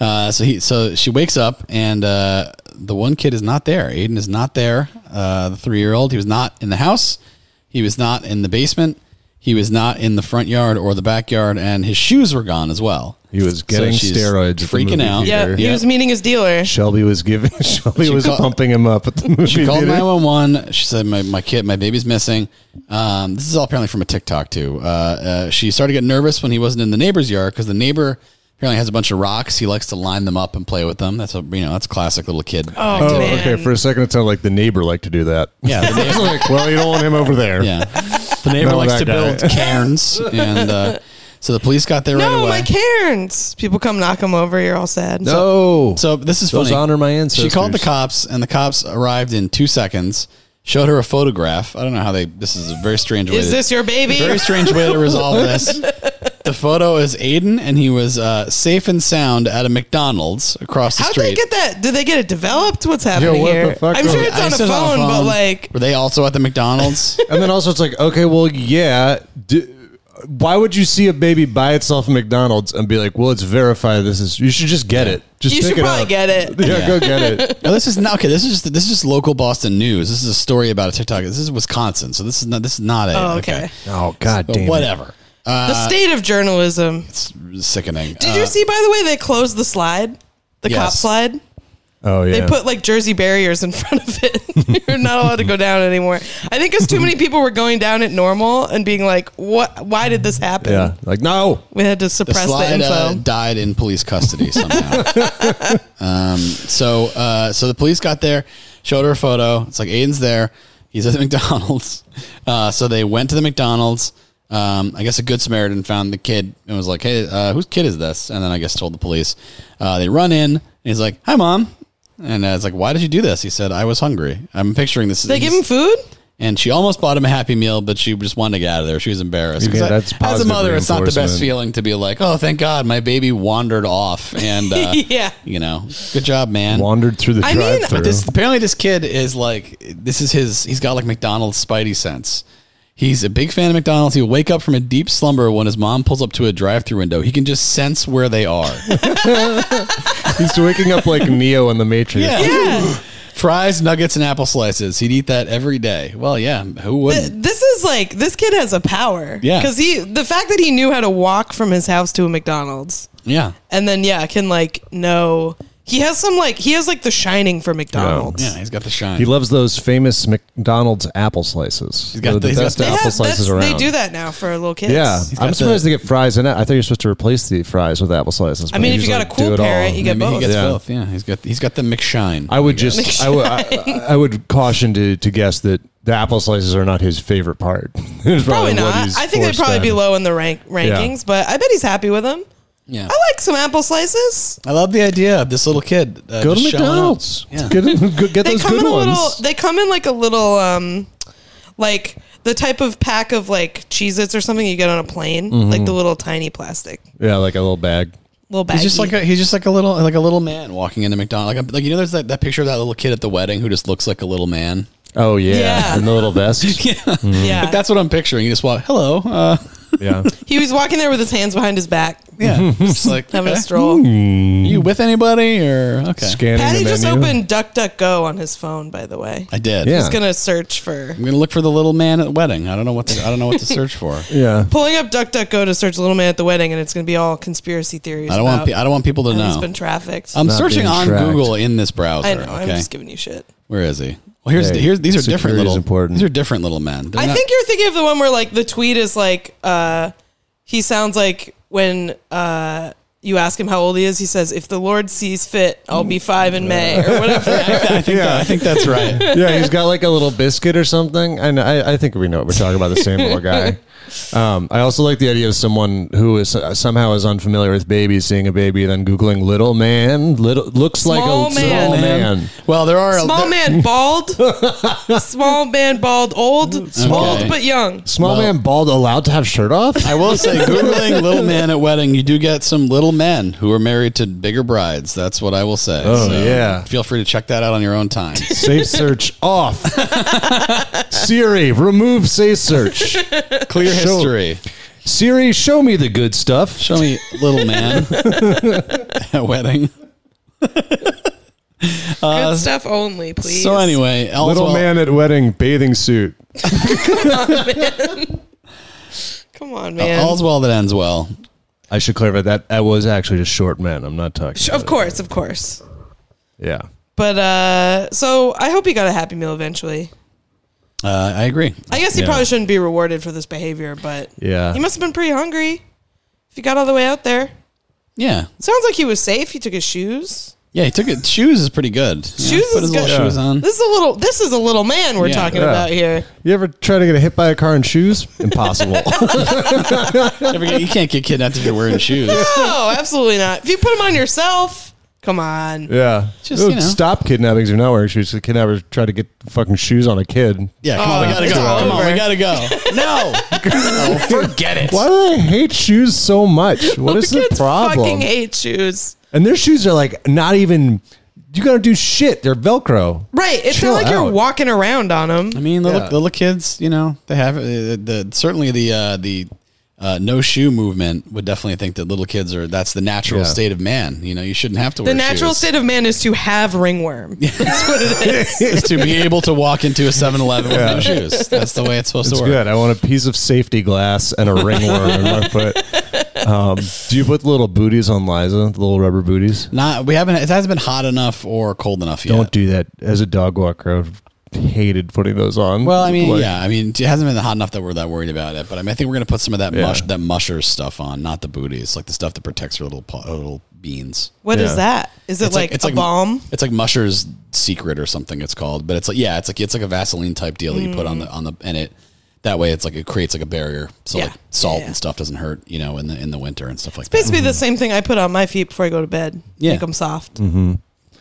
Uh, so he, so she wakes up, and uh, the one kid is not there. Aiden is not there. Uh, the three-year-old, he was not in the house. He was not in the basement. He was not in the front yard or the backyard, and his shoes were gone as well. He was getting she's steroids at the freaking movie out. theater. Yeah, he was meeting his dealer. Shelby was giving. Shelby She was called- pumping him up at the movie She called theater. nine one one. She said, "My my kid, my baby's missing." Um, this is all apparently from a TikTok too. Uh, uh, she started getting nervous when he wasn't in the neighbor's yard because the neighbor apparently has a bunch of rocks. He likes to line them up and play with them. That's a you know that's classic little kid. Oh, Oh, man. okay. For a second, it sounded like the neighbor liked to do that. Yeah, the It's neighbor, like, well, you don't want him over there. yeah. The neighbor Remember likes that to guy. build cairns, and uh, so the police got there right no, away. my Cairns. People come knock him over. You're all sad. No. So this is Those funny. honor my ancestors. She called the cops, and the cops arrived in two seconds. Showed her a photograph. I don't know how they. This is a very strange way. is to- this your baby? Very strange way to resolve this. The photo is Aiden, and he was uh, safe and sound at a McDonald's across the How'd street. they get that? Did they get it developed? What's happening what the here? fuck? I'm sure Oh, it's I on a, said phone, but like, were they also at the McDonald's? And then also, it's like, okay, well, yeah. D- why would you see a baby by itself at McDonald's and be like, well, it's verified. This is. You should just get it. Just You pick should it probably up. get it. Yeah, Yeah. go get it. no, this is not okay. This is just this is just local Boston news. This is a story about a TikTok. This is Wisconsin, so this is not this is not a oh, okay. Oh, God But damn. it. whatever. the state of journalism. It's sickening. Did you Uh, see, by the way, they closed the slide, the cop Yes. slide? Oh yeah. They put like Jersey barriers in front of it. You're not allowed to go down anymore. I think because too many people were going down at normal and being like, "What? Why did this happen?" yeah. Like no. We had to the suppress the, slide info. uh, died in police custody somehow. um, so uh, so the police got there, showed her a photo. It's like Aiden's there. He's at the McDonald's. Uh, so they went to the McDonald's. Um, I guess a good Samaritan found the kid and was like, "Hey, uh, whose kid is this?" And then I guess told the police. Uh, they run in and he's like, "Hi, mom." And uh, it's like, "Why did you do this?" He said, "I was hungry." I'm picturing this. they give him food. and she almost bought him a happy meal, but she just wanted to get out of there. She was embarrassed. 'Cause Yeah, I- that's as a positive mother, it's not the best reinforcement. feeling to be like, "Oh, thank God, my baby wandered off," and uh, Yeah. you know, good job, man. Wandered through the I mean, drive-through. But this apparently this kid is like, this is his. He's got like McDonald's Spidey sense. He's a big fan of McDonald's. He'll wake up from a deep slumber when his mom pulls up to a drive-through window. He can just sense where they are. He's waking up like Neo in the Matrix. Fries, nuggets, and apple slices. He'd eat that every day. Well, yeah, who Th- wouldn't? This is like this kid has a power. Yeah. because he the fact that he knew how to walk from his house to a McDonald's yeah. and then yeah can like know he has some like he has like the shining for McDonald's. Yeah, he's got the shine. He loves those famous McDonald's apple slices. He's got got the- the, he's got best the- They, apple have, slices that's, around. they do that now for little kids. Yeah, I'm got surprised the- they get fries in it. I thought you're supposed to replace the fries with apple slices. I but mean, they if you just, got a like, cool do it all. parent, you get Maybe he both. gets Yeah. both. Yeah, he's got he's got the McShine. I would guess. just, I would, I, I would caution to, to guess that the apple slices are not his favorite part. It's Probably what not. he's I think they'd forced probably be in. low in the rank rankings, but I bet he's happy with them. Yeah. I like some apple slices. I love the idea of this little kid. Uh, Go to just showing up. McDonald's. Yeah. Get, go get They those come good in a ones. little. They come in like a little, um, like the type of pack of like Cheez-Its or something you get on a plane, like the little tiny plastic yeah, like a little bag. little bag. He's just like a, he's just like a little like a little man walking into McDonald's. Like, a, like you know, there's that, that picture of that little kid at the wedding who just looks like a little man. Oh yeah, Yeah. and the little vest. yeah. yeah. Like, that's what I'm picturing. You just walk, hello, uh, he was walking there with his hands behind his back, yeah, just like having okay. a stroll. You with anybody or okay? Scanning Patty the just menu. opened DuckDuckGo on his phone, by the way. I did. Yeah. He's gonna search for I'm gonna look for the little man at the wedding. I don't know what to, I don't know what to search for. Yeah, pulling up DuckDuckGo to search Little Man at the Wedding, and it's gonna be all conspiracy theories. I don't want about pe- I don't want people to how He's know. been trafficked. I'm Not searching being on tracked. Google in this browser. I know. I'm okay, just giving you shit. where is he? Well, here's here's these are Security different is little important. these are different little men. They're I not- think you're thinking of the one where like the tweet is like uh he sounds like when uh you ask him how old he is, he says, If the Lord sees fit, I'll be five in May or whatever. I think that- I think that's right. yeah, he's got like a little biscuit or something, and I, I think we know what we're talking about. The same little guy. Um, I also like the idea of someone who is uh, somehow is unfamiliar with babies, seeing a baby, then googling "little man," little looks Small like a small man. man. Well, there are Small man bald. Small man bald, old, Small- old but young. Small Well- man bald allowed to have shirt off. I will say, googling little man at wedding, you do get some little men who are married to bigger brides. That's what I will say. Oh, yeah. feel free to check that out on your own time. Safe search off. Siri, remove safe search. Show- Clear history. Siri, show me the good stuff. Show me little man at wedding. Good stuff only, please. Uh, So anyway, all's Little well- man at wedding bathing suit. Come on, uh, man. all's well that ends well. I should clarify that I was actually just short man. I'm not talking. of course, of course. Yeah. But uh so I hope he got a happy meal eventually. Uh, I agree. I guess he Yeah. probably shouldn't be rewarded for this behavior, but Yeah. he must have been pretty hungry if he got all the way out there. Yeah, Sounds like he was safe. He took his shoes. yeah. He took it. Shoes is pretty good. Shoes Shoes is put his little good. shoes on. This is a little. This is a little man we're Yeah. talking Yeah. about here. You ever try to get hit by a car in shoes? Impossible. Never get- you can't get kidnapped if you're wearing shoes. No, absolutely not. If you put them on yourself, come on. yeah. Just, you Dude, know. Stop kidnappings if you're not wearing shoes. The kidnappers try to get fucking shoes on a kid. Yeah, come on, we gotta it's go. Oh, all Come on, over. we gotta go. No, Oh, forget it. Why do they hate shoes so much? What is the Kids problem? Fucking hate shoes. and their shoes are like not even. You gotta do shit. They're Velcro. Right. It's Chill not like you're out. walking around on them. I mean, the Yeah. little, the little kids, you know, they have uh, the certainly the uh, the uh, no shoe movement would definitely think that little kids are that's the natural Yeah. state of man. You know, you shouldn't have to the wear natural shoes. state of man is to have ringworm. That's what it is. is to be able to walk into a 7-Eleven with no shoes. That's the way it's supposed It's to work. good. I want a piece of safety glass and a ringworm in my foot. Um, do you put little booties on Liza? The little rubber booties? Not we haven't. It hasn't been hot enough or cold enough yet. Don't do that. As a dog walker, I've hated putting those on. Well, I mean, Like, yeah, I mean, it hasn't been hot enough that we're that worried about it. But I mean, I think we're gonna put some of that Yeah. mush, that musher stuff on, not the booties, like the stuff that protects her little paw- her little beans. What is Yeah. that? Is it like, a bomb? It's like Musher's Secret or something. It's called, but it's like yeah, it's like it's like a Vaseline type deal that you put on the on the and it that way it's like it creates like a barrier, so Mm. Yeah. like salt Yeah, yeah. and stuff doesn't hurt, you know, in the in the winter and stuff like that. Basically, the same thing I put on my feet before I go to bed. Yeah. Make them soft.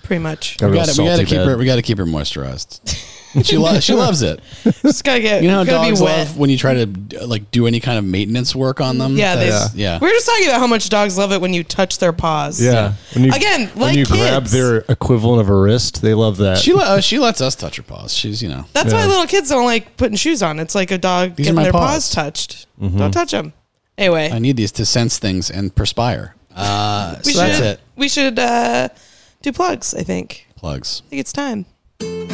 Pretty much. got a We real got to we got to salty keep bed. her we got to keep her moisturized. she lo- she loves it. Just gotta get. You know how gotta dogs be wet. love when you try to uh, like do any kind of maintenance work on them. Yeah, they, That's- yeah. We were just talking about how much dogs love it when you touch their paws. Yeah. When you, Again, when like you grab kids. their equivalent of a wrist, they love that. She uh, she lets us touch her paws. She's you know That's why Yeah. little kids don't like putting shoes on. It's like a dog These are getting my their paws. paws, touched. Mm-hmm. Don't touch them. Anyway, I need these to sense things and perspire. Uh, so we that's should it. we should uh, do plugs. I think Plugs. I think it's time.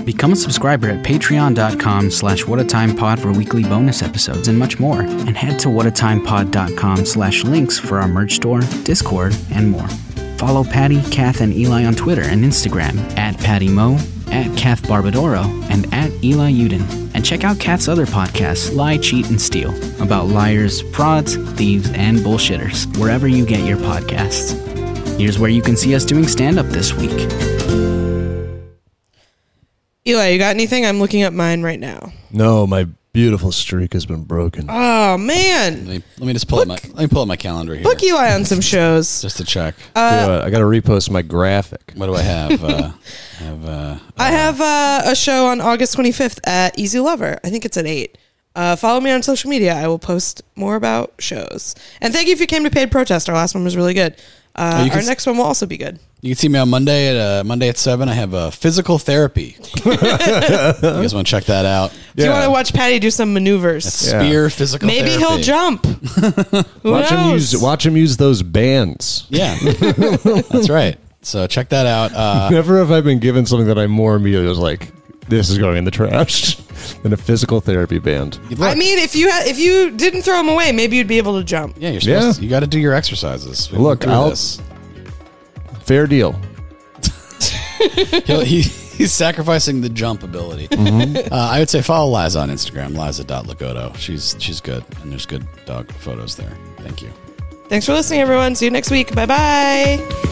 Become a subscriber at patreon.com slash whatatimepod for weekly bonus episodes and much more. And head to whatatimepod.com slash links for our merch store, Discord, and more. Follow Patty, Kath, and Eli on Twitter and Instagram at Patty Mo, at Kath Barbadoro, and at Eli Uden. And check out Kath's other podcasts, Lie, Cheat, and Steal, about liars, frauds, thieves, and bullshitters, wherever you get your podcasts. Here's where you can see us doing stand up this week. Eli, you got anything? I'm looking up mine right now. no, my beautiful streak has been broken. Oh man, Let me, let me just pull up my let me pull up my calendar here. book Eli on some shows. just to check. Uh, Yeah, I got to repost my graphic. What do I have? Uh, I have uh, I have uh, a show on August 25th at Easy Lover. I think it's at 8. Uh, follow me on social media. I will post more about shows. And thank you if you came to Paid Protest. Our last one was really good. Oh, Uh, you can our s- next one will also be good. you can see me on Monday at uh, Monday at seven. I have uh, physical therapy. you guys want to check that out? If you Yeah. want to watch Patty do some maneuvers, Yeah. Spear physical. maybe therapy. he'll jump. Who Watch him knows? use watch him use those bands. Yeah, that's right. So check that out. Uh, Never have I been given something that I more immediately was like, this is going in the trash than a physical therapy band. I mean, if you ha- if you didn't throw him away, maybe you'd be able to jump. yeah, you're supposed Yeah. To, you got to do your exercises. We Look, went through I'll- this. Fair deal. He'll, he he's sacrificing the jump ability. Mhm. Mm-hmm. Uh, I would say follow Liza on Instagram, liza.lagoto. She's she's good, and there's good dog photos there. Thank you. Thanks for listening, everyone. See you next week. Bye bye.